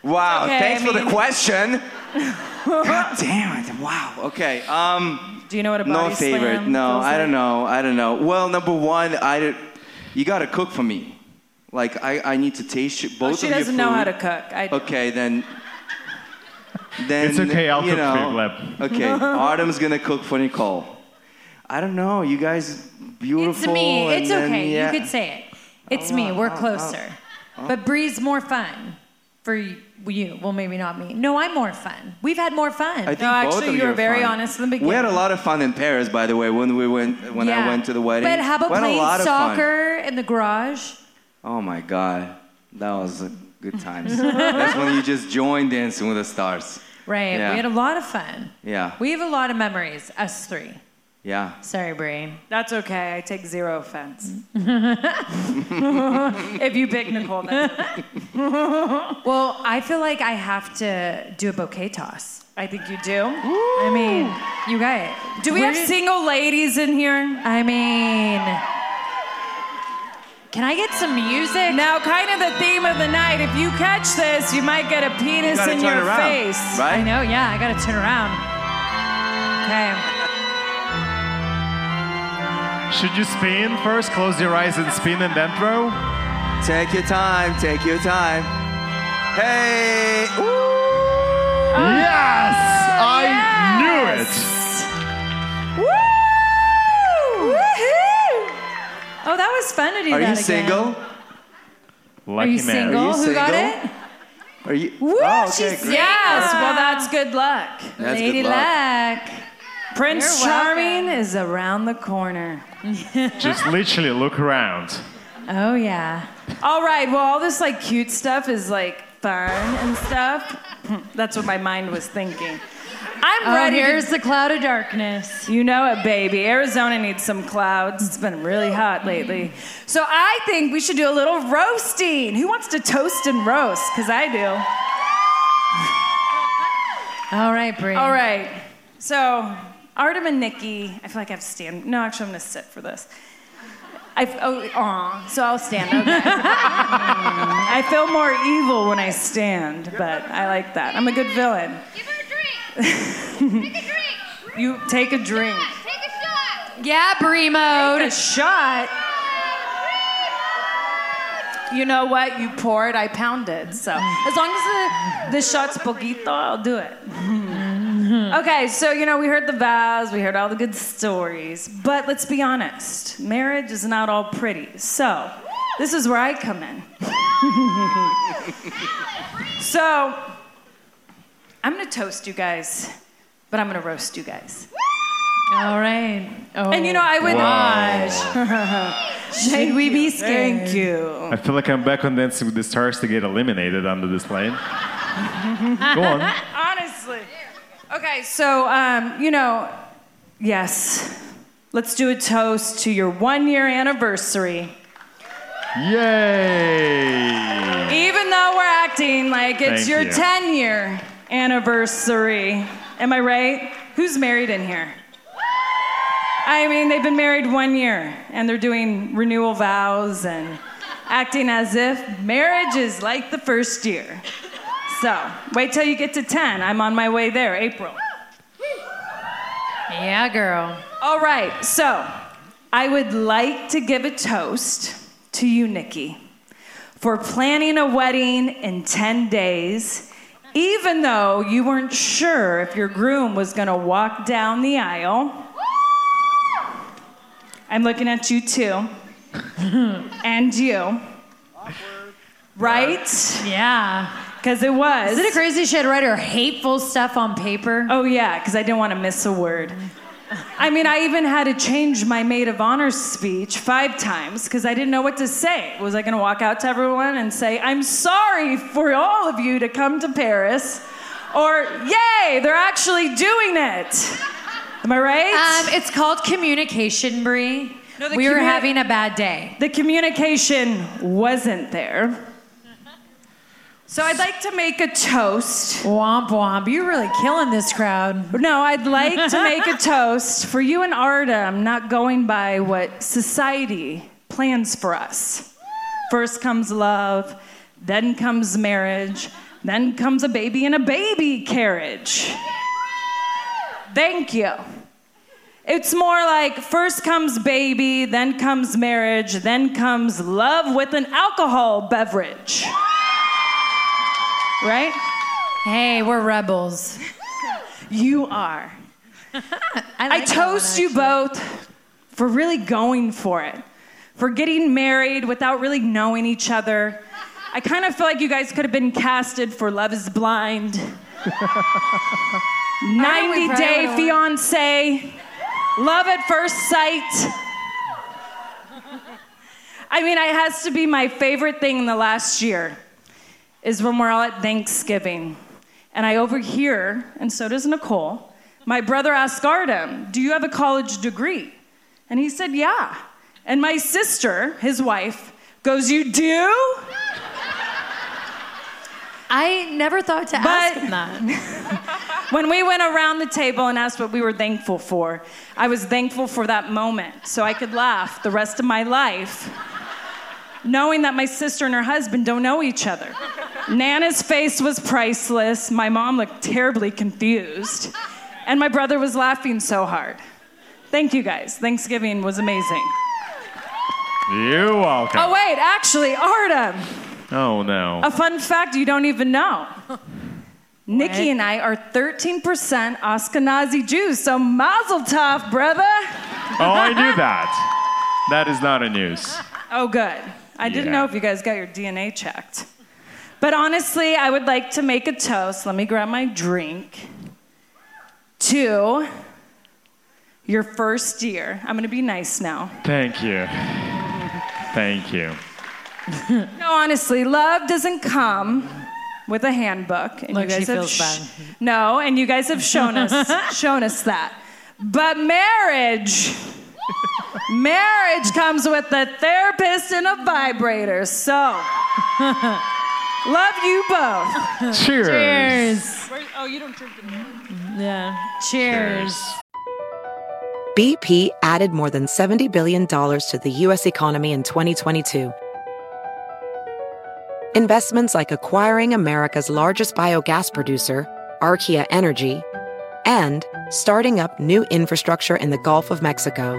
Wow.
Okay,
thanks
I
for
mean-
the question. God damn it! Wow. Okay. Um.
Do you know what a
No
body
favorite.
slam
No,
feels
I
like?
don't know. I don't know. Well, number one, I don't- you gotta cook for me. Like I, I need to taste you- both
Oh, she
of your
doesn't know how to
food.
cook. I,
Okay, then. Then
It's okay, I'll
you
cook for
know,
you, Gleb.
Okay, Autumn's gonna cook for Nicole. I don't know. You guys, beautiful.
It's me.
and
It's
then,
okay.
yeah. Oh,
You could say it. It's me. We're closer. But Bree's more fun for y- you. Well, maybe not me. No, I'm more fun. We've had more fun.
I think both of are fun. We had a lot of fun in Paris, by the way, when we went when I
Yeah.
went to the wedding.
But how about
We had a
playing
lot of fun.
soccer in the garage?
Oh my God, that was a good times. That's when you just joined Dancing with the Stars.
Right.
Yeah.
We had a lot of fun.
Yeah,
We have a lot of memories, us three.
yeah.
Sorry, Bree.
That's okay. I take zero offense. if you pick Nicole, that's okay.
well, I feel like I have to do a bouquet toss.
I think you do.
I mean, you guys.
Do we have single ladies in here?
I mean, can I get some music?
Now, kind of the theme of the night. If you catch this, you might get a penis
gotta
in
turn
your
around,
face.
I know, yeah, I gotta turn around. Okay.
Should you spin first? Close your eyes and spin and then throw?
Take your time. Take your time. Hey.
Oh,
Yes! I knew it!
Woo! Woohoo! Oh, that was fun to do
Are you
that again.
single?
Lucky
you
man.
single? Who got
it? Are you?
Woo!
oh, okay,
she's
great.
yes. Well,
Ah.
that's good luck.
That's good Lady luck.
Prince
You're welcome.
Charming is around the corner.
Just literally look around.
Oh yeah. All right. Well, all this like cute stuff is like fun and stuff. That's what my mind was thinking. I'm
Oh,
ready.
here's
the cloud of darkness. You know it, baby. Arizona needs some clouds. It's been really hot lately. So I think we should do a little roasting. Who wants to toast and roast? Because I do.
All right, Bree.
All right. So Artem and Nikki. I feel like I have to stand. No, actually, I'm gonna sit for this. I oh, aw, so I'll stand. Okay. I feel more evil when I stand, but I like that. I'm a good villain. Give her a drink. Take a drink.
Yeah, Bree mode.
you take a drink. Take a shot. You know what? You pour it, I pound it. So as long as the, the shot's poquito, I'll do it.
Hmm.
Okay, so you know, we heard the vows, we heard all the good stories, but let's be honest marriage is not all pretty. So, this is where I come in. so, I'm gonna toast you guys, but I'm gonna roast you guys.
All right. Oh,
and you know, I would.
Should we be scared?
Thank you.
I feel like I'm back on Dancing with the Stars to get eliminated under this plane. Go on.
Honestly. Okay, so, um, you know, yes, let's do a toast to your one year anniversary.
Yay!
Even though we're acting like it's
Thank
your
you.
10 year anniversary. Am I right? Who's married in here? I mean, they've been married one year and they're doing renewal vows and acting as if marriage is like the first year. So, wait till you get to 10. I'm on my way there, April.
Yeah, girl.
All right, so I would like to give a toast to you, Nikki, for planning a wedding in 10 days, even though you weren't sure if your groom was gonna walk down the aisle. I'm looking at you too, and you. Right?
Yeah.
Because it was.
Is it a crazy she had to write her hateful stuff on paper?
Oh, yeah, because I didn't want to miss a word. I mean, I even had to change my maid of honor speech five times because I didn't know what to say. Was I going to walk out to everyone and say, I'm sorry for all of you to come to Paris? Or, yay, they're actually doing it. Am I right?
Um, it's called communication, Brie.
No, the
we were
communi-
having a bad day.
The communication wasn't there. So I'd like to make a toast. Womp womp. You're really killing this crowd. No, I'd like to make a toast for you and Artem not going by what society plans for us. First comes love, then comes marriage, then comes a baby in a baby carriage. Thank you. It's more like first comes baby, then comes marriage, then comes love with an alcohol beverage. Right? Hey, we're rebels. you are. I, toast you both for really going for it, for getting married without really knowing each other. I kind of feel like you guys could have been casted for Love is Blind, 90
probably
Day
would've won.
Fiance, Love at First Sight. I mean, it has to be my favorite thing in the last year is when we're all at Thanksgiving. And I overhear, and so does Nicole, my brother asked Artem, Do you have a college degree? And he said, Yeah. And my sister, his wife, goes, You do? I never thought to
ask
him that. when we went around the table and asked what we were thankful for, I was thankful for that moment so I could laugh the rest of my life knowing that my sister and her husband don't know each other. Nana's face was priceless. My mom looked terribly confused. And my brother was laughing so hard. Thank you guys. Thanksgiving was amazing.
You're welcome.
Oh, wait, actually, Artem,
Oh, no.
a fun fact you don't even know. Nikki and I are 13% Ashkenazi Jews, so mazel tov, brother.
Oh, I knew that. That is not a news.
Oh, good. I didn't
Yeah.
know if you guys got your DNA checked. But honestly, I would like to make a toast. Let me grab my drink. To your first year. I'm going to be nice now.
Thank you. Thank you.
no, honestly, love doesn't come with a handbook. And
Look,
you guys
she
have
feels bad.
No, and you guys have shown us shown us that. But marriage, marriage comes with a therapist and a vibrator. So, love you both.
Cheers. Cheers.
oh, you don't drink the
Yeah.
Cheers.
BP added more than $70 billion to the U.S. economy in 2022. Investments like acquiring America's largest biogas producer, Archaea Energy, and starting up new infrastructure in the Gulf of Mexico.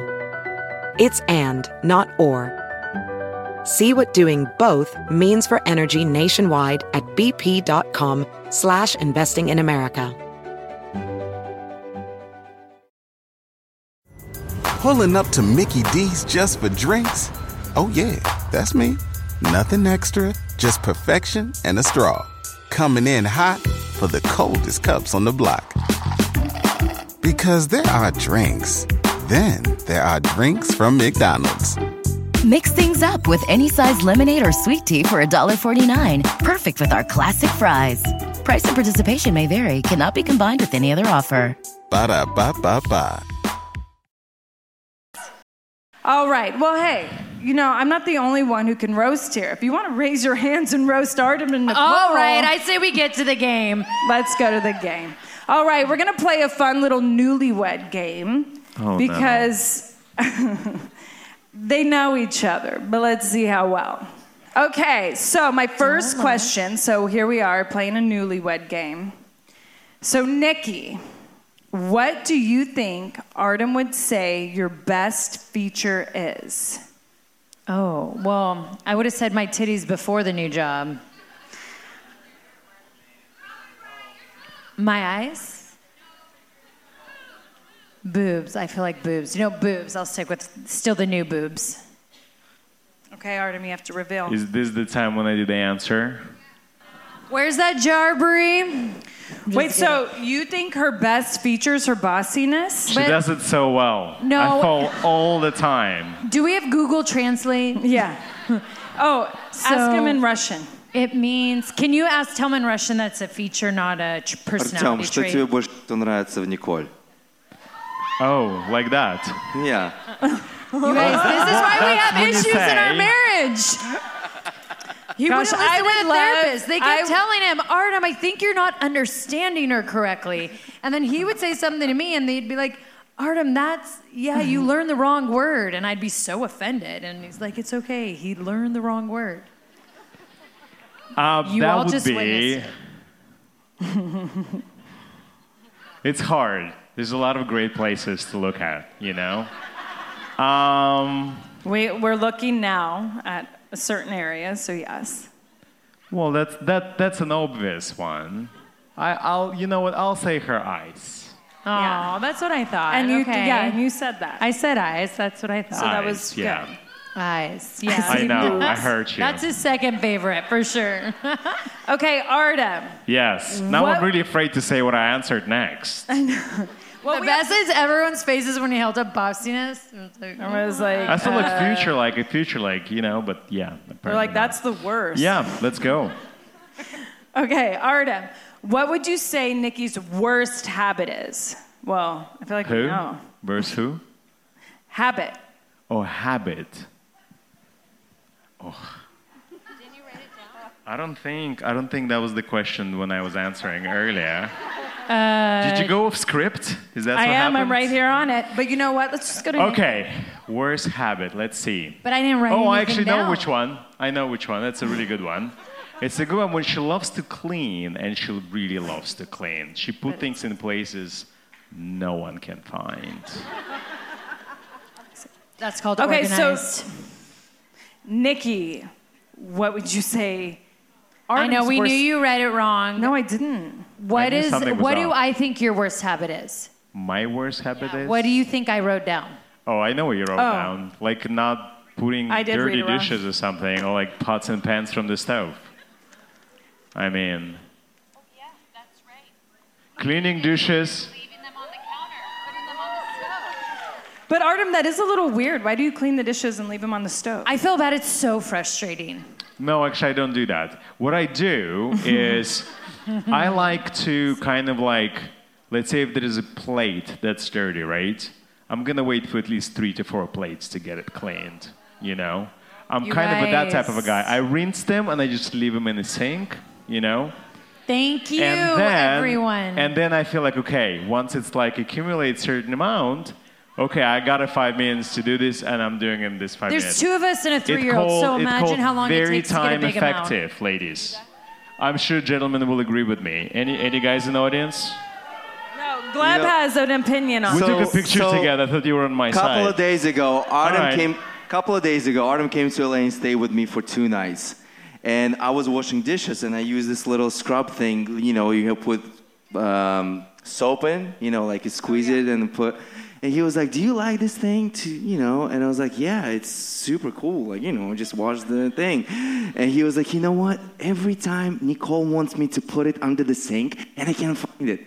It's and, not or. See what doing both means for energy nationwide at bp.com slash investing in America.
Pulling up to Mickey D's just for drinks? Oh, yeah, that's me. Nothing extra, just perfection and a straw. Coming in hot for the coldest cups on the block. Because there are drinks, then there are drinks from McDonald's.
Mix things up with any size lemonade or sweet tea for $1.49. Perfect with our classic fries. Price and participation may vary, cannot be combined with any other offer.
Ba da ba ba ba.
All right. Well, hey, you know, I'm not the only one who can roast here. If you want to raise your hands and roast Artem and Nicole.
All right, I
say we get to the game. Let's go to the game. All right, we're going to play a fun little newlywed game
Oh, no.
because they know each other, but let's see how well. Okay, so my first question. So here we are playing a newlywed game. So, Nikki, what do you think Artem would say your best feature is?
Oh, well, I would have said my titties before the new job. My eyes? Boobs. I feel like boobs. You know, boobs. I'll stick with still the new boobs.
Okay, Artem, you have to reveal.
Is this the time when I do the answer?
Where's that jar, Brie?
Wait, so you think her best features her bossiness?
She does it so well.
No.
I fall all the time.
Do we have Google Translate?
Yeah. Oh, ask him in Russian.
It means, can you ask, tell him in Russian that's a feature, not a tr-
Артем,
personality
что
trait?
тебе больше всего нравится в Николь?
Oh, like that.
Yeah.
You guys, this is why we
That's
have
what you
issues in our
say.
marriage. He
Gosh,
wouldn't
I
listen to
would
the
love-
therapist. They
I w-
kept telling him, Artem, I think you're not understanding her correctly. And then he would say something to me, and they'd be like, Artem, that's, yeah, you learned the wrong word. And I'd be so offended. And he's like, it's okay. He learned the wrong word.
Uh,
You
that
all
would
just
be.
witnessed
it's hard. There's a lot of great places to look at, you know? Um,
We, we're looking now at a certain area, so yes.
well, that's, that, that's an obvious one. I, I'll, you know what? I'll say her eyes.
Oh, that's what I thought.
And you,
okay.
yeah, and you said that.
I said eyes. That's what I thought.
So that Eyes, was yeah. good.
Eyes. Yeah.
I know, I heard you.
That's his second favorite for sure. okay, Artem.
Yes. Now
What-
I'm really afraid to say what I answered next.
the best is everyone's faces when he held up bossiness. It was like,
I was like,
I feel like
uh,
future like a future like, you know, but yeah.
We're
apparently
like,
not.
that's the worst.
Yeah, let's go.
Okay, Artem, what would you say Nikki's worst habit is? Well, I feel like we
Who?
know.
Versus who?
Habit.
Oh, habit. Oh. I don't think I don't think that was the question when I was answering earlier.
Uh,
Did you go off script? Is that
I am.
what happened?
I'm right here on it. But you know what? Let's just go to Nikki.
Okay, worst habit. Let's see.
But I didn't write
Oh, I
anything
actually know
down.
which one. I know which one. That's a really good one. It's a good one when she loves to clean, and she really loves to clean. She put things in places no one can find.
That's called
Okay, so-
organized.
Nikki, what would you say?
I know
Artem's
we
worst-
knew you read it wrong.
No, I didn't.
What
I knew
is
something was
what do
off.
I think your worst habit is?
My worst habit is.
What do you think I wrote down?
Oh, I know what you wrote
Oh.
down. Like not putting
I did read
dirty
it wrong.
dishes or something, or like pots and pans from the stove. I mean, cleaning dishes.
But Artem, that is a little weird. Why do you clean the dishes and leave them on the stove?
I feel bad. It's so frustrating.
No, actually, I don't do that. What I do is I like to kind of like, let's say if there is a plate that's dirty, right? I'm going to wait for at least three to four plates to get it cleaned, you know? I'm
You
kind of a, that type of a
guys.
guy. I rinse them and I just leave them in the sink, you know?
Thank you,
and then,
everyone.
And then I feel like, okay, once it's like accumulates certain amount, okay, I got a five minutes to do this, and I'm doing it in this five
There's
minutes.
two of us and a
It's
three-year-old, so
called- it's
imagine
called
how long it
very
takes to get a
time
big amount.
effective, ladies. I'm sure gentlemen will agree with me. Any any guys in the audience?
Gleb
You know-
has an opinion on
we
it.
took a picture
so-
together. I thought you were on my
couple
side.
of days ago, Artem
right.
came. Couple of days ago, Artem came to LA and stayed with me for two nights. And I was washing dishes, and I used this little scrub thing. You know, you put um, soap in. You know, like you squeeze it and put. And he was like, "Do you like this thing?" To you know, and I was like, "Yeah, it's super cool. Like you know, just wash the thing." And he was like, "You know what? Every time Nicole wants me to put it under the sink, and I can't find it."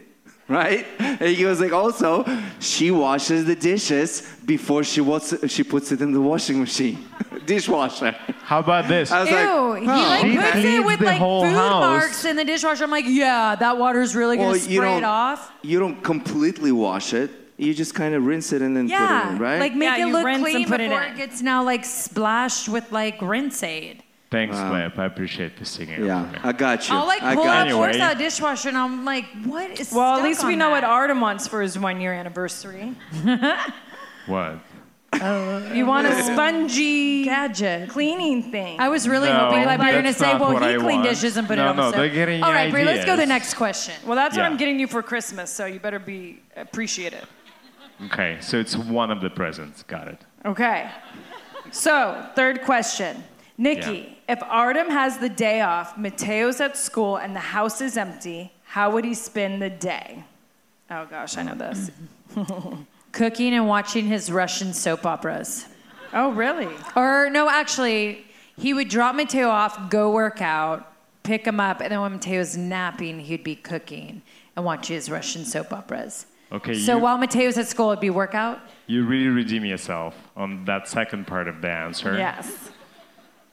right? And he was like, also, she washes the dishes before she was, she puts it in the washing machine, dishwasher.
How about this?
I was
Ew,
like,
he
"Oh,
like
okay."
puts it with
the
like
whole
food
house.
marks in the dishwasher. I'm like, yeah, that water's really
Well,
gonna
you
spray it
don't-
off.
You don't completely wash it. You just kind of rinse it and then put it
Yeah,
in, right?
like make
Yeah,
it
you
look
rinse and
clean
put it
before
in.
it, gets now like splashed with like rinse aid.
Thanks, Gleb. I appreciate the singing.
Yeah, I got you.
I'll like
I
pull
got
up
you.
force out a dishwasher and I'm like, what is?
Well, at
stuck
least we
on
know what
that?
Artem wants for his one year anniversary.
What?
you want a spongy gadget cleaning thing.
I was really
No,
hoping like you were gonna
that's
say,
not
well,
what
he
I
cleaned
want.
dishes and put
No,
it on the
no,
stove.
they're getting
All right, Brie, let's go to the
ideas.
next question.
Well, that's
Yeah.
what I'm getting you for Christmas, so you better be appreciate it.
Okay, so it's one of the presents. Got it.
Okay. So, third question. Nikki, if Artem has the day off, Mateo's at school, and the house is empty, how would he spend the day? Oh gosh, I know this.
Cooking and watching his Russian soap operas.
Oh, really?
Or no, actually, he would drop Mateo off, go work out, pick him up, and then when Mateo was napping, he'd be cooking and watching his Russian soap operas.
Okay,
so
you,
while Mateo's at school, it'd be workout.
you really redeem yourself on that second part of the answer.
Yes.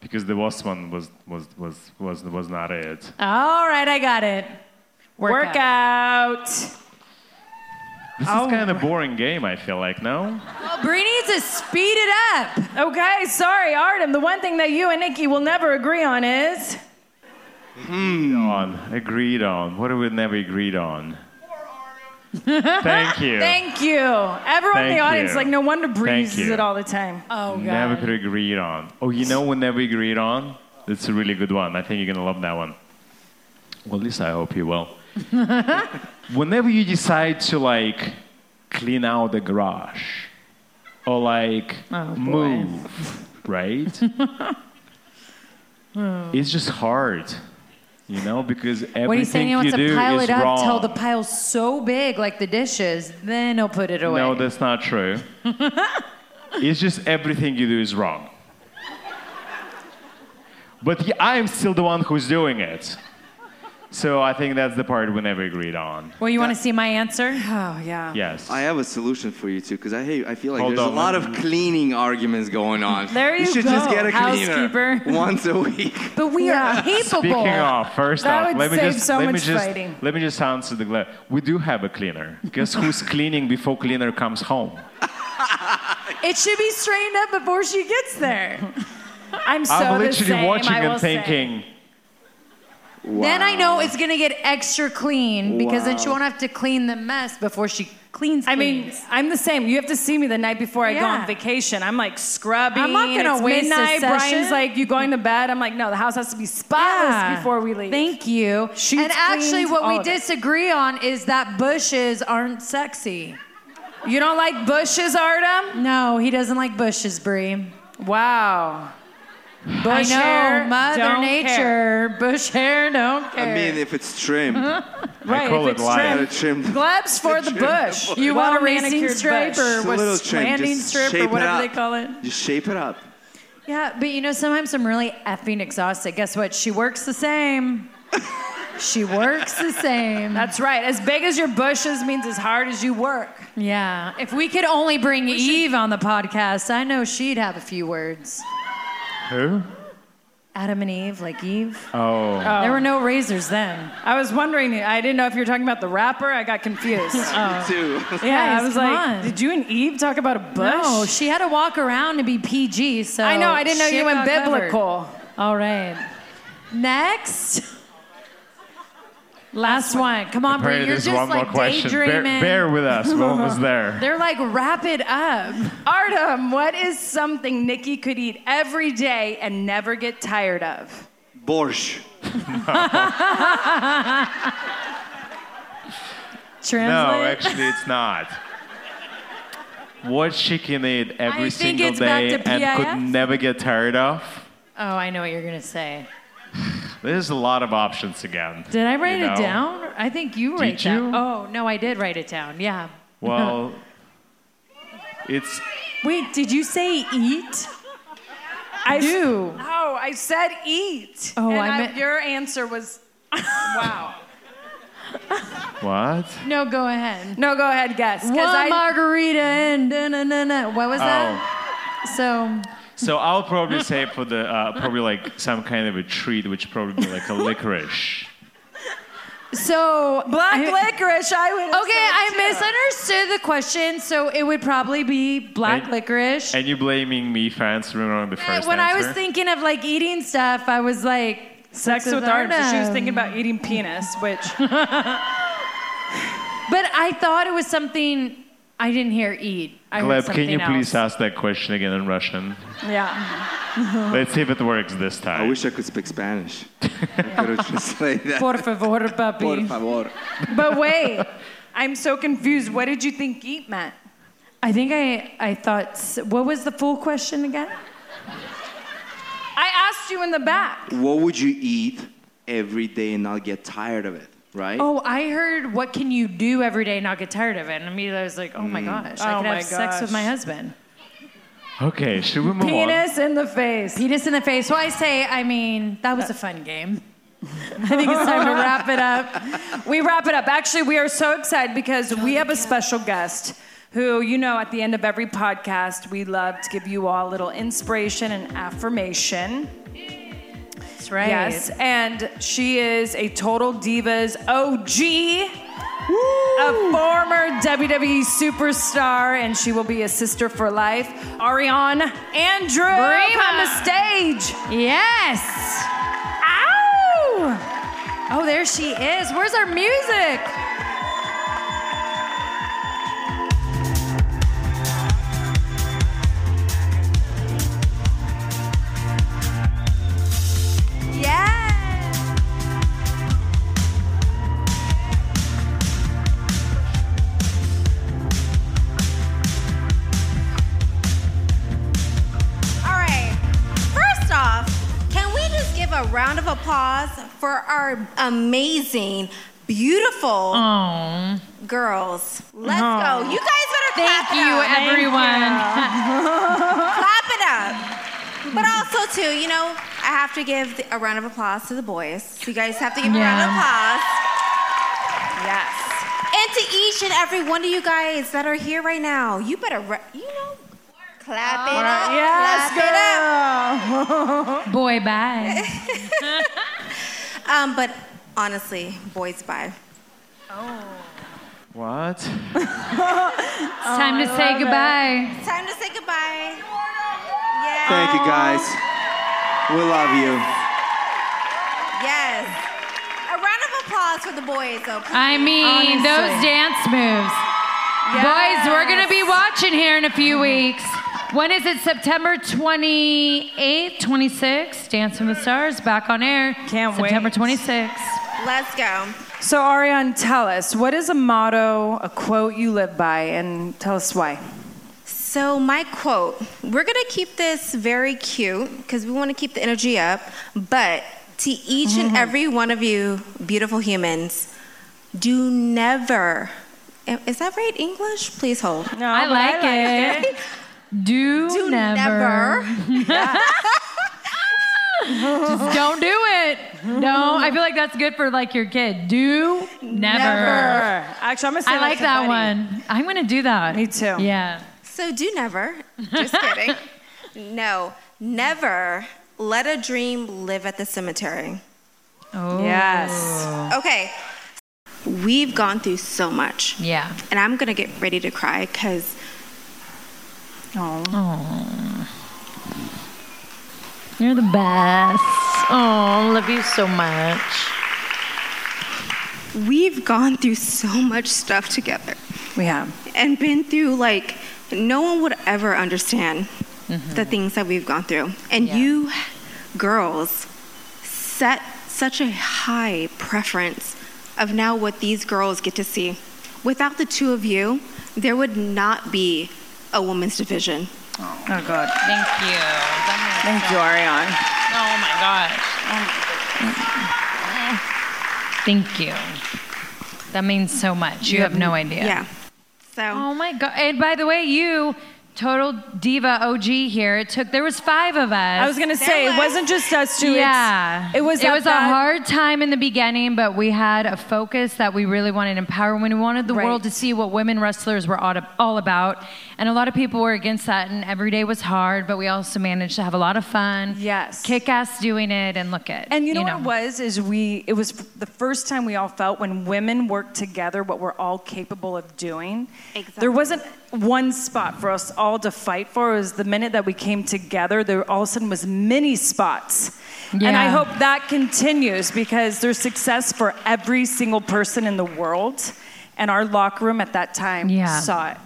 Because the worst one was was was was was not it.
All right, I got it. Workout.
This is kind of a boring game. I feel like no.
Well, Brie needs to speed it up.
Okay, sorry, Artem. The one thing that you and Nikki will never agree on is
Agreed on. Agreed on. What have we never agreed on? Thank you.
Thank you. Everyone in
Thank
the audience,
you.
like, no wonder Bree
Thank
uses
you.
it all the time. Oh,
Never could agree on. Oh, you know what never agreed on? That's a really good one. I think you're gonna love that one. Well, at least I hope you will. Whenever you decide to like clean out the garage or like
Oh,
move, right?
Hmm.
it's just hard, you know, because everything
What he's saying, he wants
you do
to pile
is
it up
wrong.
till the pile's so big, like the dishes, then he'll put it away.
No, that's not true. it's just everything you do is wrong. But y- I'm still the one who's doing it. So I think that's the part we never agreed on.
Well, you want to see my answer? Oh, yeah.
Yes.
I have a solution for you too, because I hate. I feel like
Hold
there's
on.
a lot of cleaning arguments going on.
There you
should just
go,
get a cleaner
housekeeper.
once a week.
But we are capable.
Speaking of, first
That
off,
would
let me
save
just
so
let me
much
just
fighting.
let me just answer the gla- we do have a cleaner. Guess who's cleaning before cleaner comes home?
It should be straightened up before she gets there.
I'm so
I'm
the
literally
same,
watching
I will
and
say.
thinking.
Then I know it's going to get extra clean because then she
Wow.
won't have to clean the mess before she cleans.
I mean,
cleans.
I'm the same. You have to see me the night before I go
Yeah.
on vacation. I'm like scrubbing.
I'm not gonna
it's
waste a
midnight.
session.
Brian's like, you going to bed? I'm like, no, the house has to be spotless
Yeah.
before we leave.
Thank you.
Sheets
and actually,
cleaned,
what
all
we
of it.
disagree on is that bushes aren't sexy.
You don't like bushes, Artem?
No, he doesn't like bushes, Bree.
Wow. Bush
I know,
hair,
Mother
don't
Nature,
care.
bush hair, don't
I
care.
mean, if it's trimmed.
Mm-hmm. Right, call if it it's lying. trimmed. Glebs for the bush.
You
Well
want a racing
manicured
stripe
bush.
or
Just a little
was
trim,
landing
just
strip
shape
or
it
whatever they
up.
call it?
Just shape it up.
Yeah, but you know, sometimes I'm really effing exhausted. Guess what? She works the same. she works the same.
That's right. As big as your bushes means as hard as you work.
Yeah. If we could only bring Eve on the podcast, I know she'd have a few words.
Who?
Adam and Eve, like Eve.
Oh.
There were no razors then.
I was wondering. I didn't know if you were talking about the rapper. I got confused.
Too.
Oh. Yeah,
Guys,
I was
come
like,
on.
did you and Eve talk about a bush?
No, she had to walk around to be PG. So
I know. I didn't know
shit
you went
got covered.
biblical.
All right. Next. Last one. Come on, Bree.
Apparently,
You're
there's
just
one more
like
question. Bear,
daydreaming.
bear with us. We're almost there.
They're like, wrap it up.
Artem, what is something Nikki could eat every day and never get tired of?
Borscht.
No,
Translate.
actually, it's not. What she can eat every
I think
single
it's back
day
to
and could
PIF.
never get tired of.
oh, I know what you're going to say.
There's a lot of options again.
Did I write
you
it
know?
down? I think you write
you?
down. Oh, no, I did write it down. Yeah.
Well, it's
Wait, did you say eat?
I
do.
No, I said eat.
Oh,
and
I meant-
your answer was wow.
what?
No, go ahead.
No, go ahead, guess. 'cause
One
I-
margarita and na na na na. What was that?
Oh.
So
So I'll probably say for the uh, probably like some kind of a treat, which probably be like a licorice.
So
black
I-
licorice. I would.
Okay, I misunderstood the question. So it would probably be black
And-
licorice.
And you blaming me for answering wrong the first
when I
answer.
was thinking of like eating stuff, I was like
Sex with Artem. so She was thinking
Artem.
about eating penis, which
But I thought it was something I didn't hear eat. I heard
Gleb, can
something
you
else.
please ask that question again in Russian?
Yeah.
Let's see if it works this time.
I wish I could speak Spanish. I could have just like that.
Por favor, papi.
Por favor.
But wait, I'm so confused. What did you think eat meant?
I think I I thought s- what was the full question again?
I asked you in the back.
What would you eat every day and not get tired of it, right?
Oh, I heard what can you do every day and not get tired of it? And immediately I was like, oh my
Mm.
gosh, I
Oh
could have
my
sex with
gosh.
my husband.
Okay, should we move on?
Penis in the face.
Penis in the face. Well, I say, I mean, that was a fun game.
I think it's time to wrap it up. We wrap it up. Actually, we are so excited because we have a special guest who, you know, at the end of every podcast, we love to give you all a little inspiration and affirmation. That's
right.
Yes. And she is a total divas OG. A former WWE superstar, and she will be a sister for life. Ariane Andrew, come to stage.
Yes. Ow! Oh, there she is. Where's our music?
All right. First off, can we just give a round of applause for our amazing, beautiful girls? Let's
Aw.
go. You guys better clap
Thank
it
you,
up.
everyone.
clap it up. But also, too, you know, I have to give a round of applause to the boys. You guys have to give a round of
Yeah.
applause. Yes. And to each and every one of you guys that are here right now, you better, re- you know, clap it up. clap
Yes,
it up.
Boy, bye.
Um, but honestly, boys bye. Oh.
What?
it's
time to say goodbye.
It's time to say goodbye.
Thank you guys. We love you.
Yes. A round of applause for the boys, though. please.
I mean,
Honestly.
those dance moves. Boys, we're going to be watching here in a few weeks. When is it? September 28th, 26th? Dancing with Stars back on air. Can't September
wait.
26th.
Let's go.
So, Ariane, tell us what is a motto, a quote you live by, and tell us why.
So, my quote we're going to keep this very cute because we want to keep the energy up. But to each
Mm-hmm.
and every one of you, beautiful humans, do never. Is that right, English? Please hold. No,
I but I like like it. Do, never. Just don't do it. No, I feel like that's good for like your kid. Do never.
Never.
Actually, I'm
gonna say
I
that
like
to
that
Buddy.
one. I'm gonna do that. Me
too.
Yeah.
So do never. Just kidding. no, never let a dream live at the cemetery.
Oh.
Okay. We've gone through so much.
Yeah.
And I'm going to get ready to cry because. Oh.
You're the best.
Oh, love you so much. We've gone through so much stuff together
We have.
and been through like no one would ever understand
Mm-hmm.
the things that we've gone through. And you girls set such a high preference of now what these girls get to see. Without the two of you, there would not be a women's division.
Oh, God.
Thank you.
Thank you, Ariane.
Oh my gosh. Thank you. That means so much. You have no idea.
Yeah. So.
Oh my god. And by the way, you total diva OG here. It took there was 5 of us.
I was gonna say it wasn't just us two. it's-
Yeah.
it was.
it
that
was a
bad-
hard time in the beginning, but we had a focus that we really wanted to empower when we wanted the
Right.
world to see what women wrestlers were all all about. And a lot of people were against that and every day was hard, but we also managed to have a lot of fun.
Yes.
Kick ass doing it and look at
And you know, what it was is we it was f- the first time we all felt when women work together what we're all capable of doing. Exactly. There wasn't one spot for us all to fight for. It was the minute that we came together, there all of a sudden was many spots. And I
Yeah.
hope that continues because there's success for every single person in the world. And our locker room at that time
Yeah.
saw it.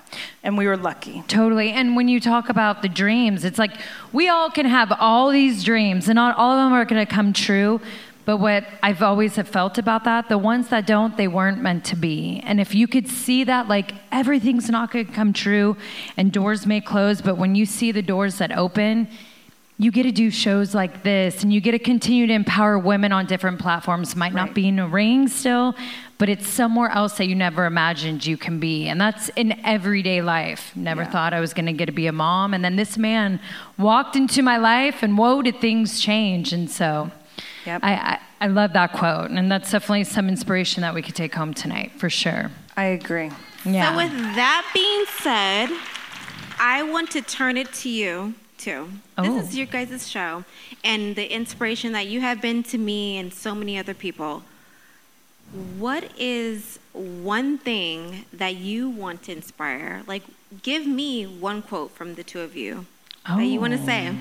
And we were lucky.
Totally. And when you talk about the dreams, it's like we all can have all these dreams and not all of them are going to come true. But what I've always have felt about that, the ones that don't, they weren't meant to be. And if you could see that, like everything's not going to come true and doors may close, but when you see the doors that open, you get to do shows like this and you get to continue to empower women on different platforms might not be in a ring still but it's somewhere else that you never imagined you can be and that's in everyday life never thought i was going to get to be a mom and then this man walked into my life and whoa did things change and so I, I I love that quote, and that's definitely some inspiration that we could take home tonight for sure.
I agree.
Yeah.
So, with that being said, I want to turn it to you, too.
Oh.
This is your guys' show, and the inspiration that you have been to me and so many other people. What is one thing that you want to inspire? Like, give me one quote from the two of you that you want to say.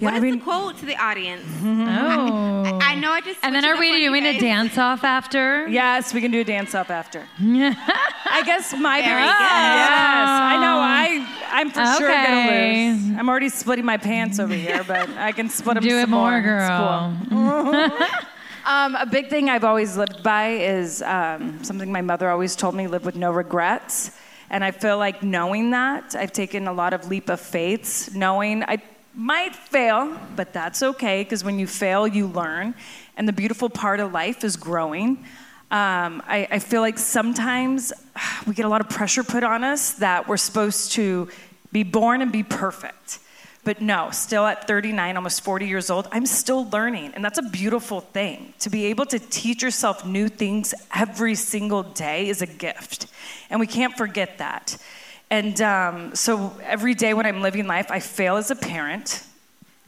What is the quote to the audience?
Oh.
I, I know I just.
and then are we doing a dance off after?
Yes, we can do a dance off after.
I
guess my
Very
yes.
good.
I know. I I'm for sure
Okay.
gonna lose. I'm already splitting my pants over here, but I can split them.
Do
some
it more,
It's
girl.
cool. um, a big thing I've always lived by is um, something my mother always told me: live with no regrets. And I feel like knowing that, I've taken a lot of leap of faiths, knowing I might fail, but that's okay because when you fail, you learn. And the beautiful part of life is growing. Um, I, I feel like sometimes we get a lot of pressure put on us that we're supposed to be born and be perfect. But no, still at 39, almost 40 years old, I'm still learning. And that's a beautiful thing. To be able to teach yourself new things every single day is a gift. And we can't forget that. And um, so every day when I'm living life, I fail as a parent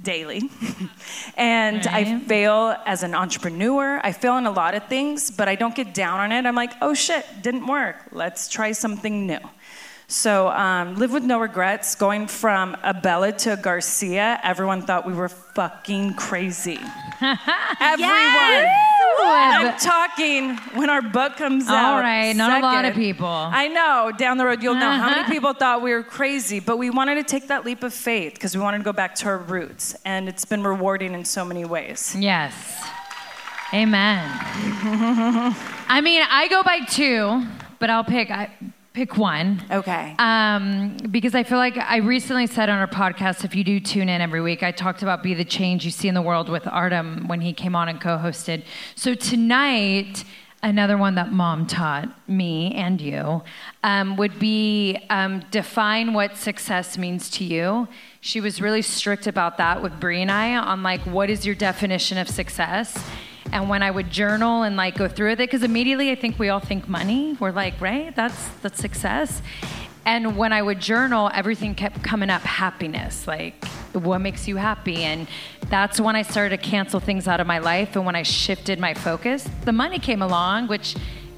daily. and I fail as an entrepreneur. I fail in a lot of things, but I don't get down on it. I'm like, oh shit, didn't work. Let's try something new. So, um, live with no regrets. Going from a Bella to a Garcia, everyone thought we were fucking crazy. Everyone. I'm talking when our book comes
All
out.
right, not a lot of
second.
people.
I know. Down the road, you'll know how many
Uh-huh.
people thought we were crazy, but we wanted to take that leap of faith because we wanted to go back to our roots, and it's been rewarding in so many ways.
Yes. Amen. I mean, I go by two, but I'll pick I pick one.
Okay.
Um, because I feel like I recently said on our podcast, if you do tune in every week, I talked about be the change you see in the world with Artem when he came on and co-hosted. So tonight, another one that mom taught me and you um, would be um, define what success means to you she was really strict about that with brie and i on like what is your definition of success and when i would journal and like go through with it because immediately i think we all think money we're like right that's that's success and when i would journal everything kept coming up happiness like what makes you happy and that's when i started to cancel things out of my life and when i shifted my focus the money came along which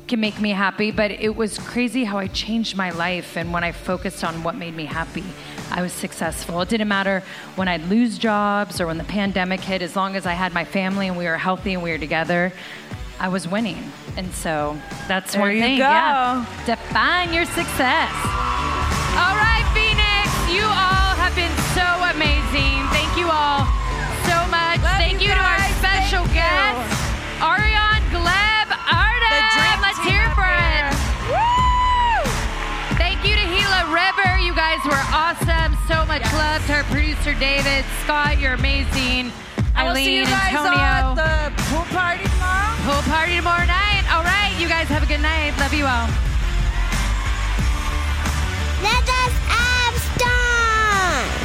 can make me happy, but it was crazy how I changed my life. And when I focused on what made me happy, I was successful. It didn't matter when I'd lose jobs or when the pandemic hit, as long as I had my family and we were healthy and we were together, I was winning. And so that's
There
one
you
thing.
go.
Yeah. Define your success. All right, Phoenix, you all have been so amazing. Thank you all so much. Thank you, to our special guests, Arion, Gleb, Arda. Let's hear for it. Woo! Thank you to Gila River. You guys were awesome. So much love to our producer, David. Scott, you're amazing.
I
Eileen,
will see you guys
Antonio.
at the pool party tomorrow.
Pool party tomorrow night. All right, you guys have a good night. Love you all.
Let us abstain!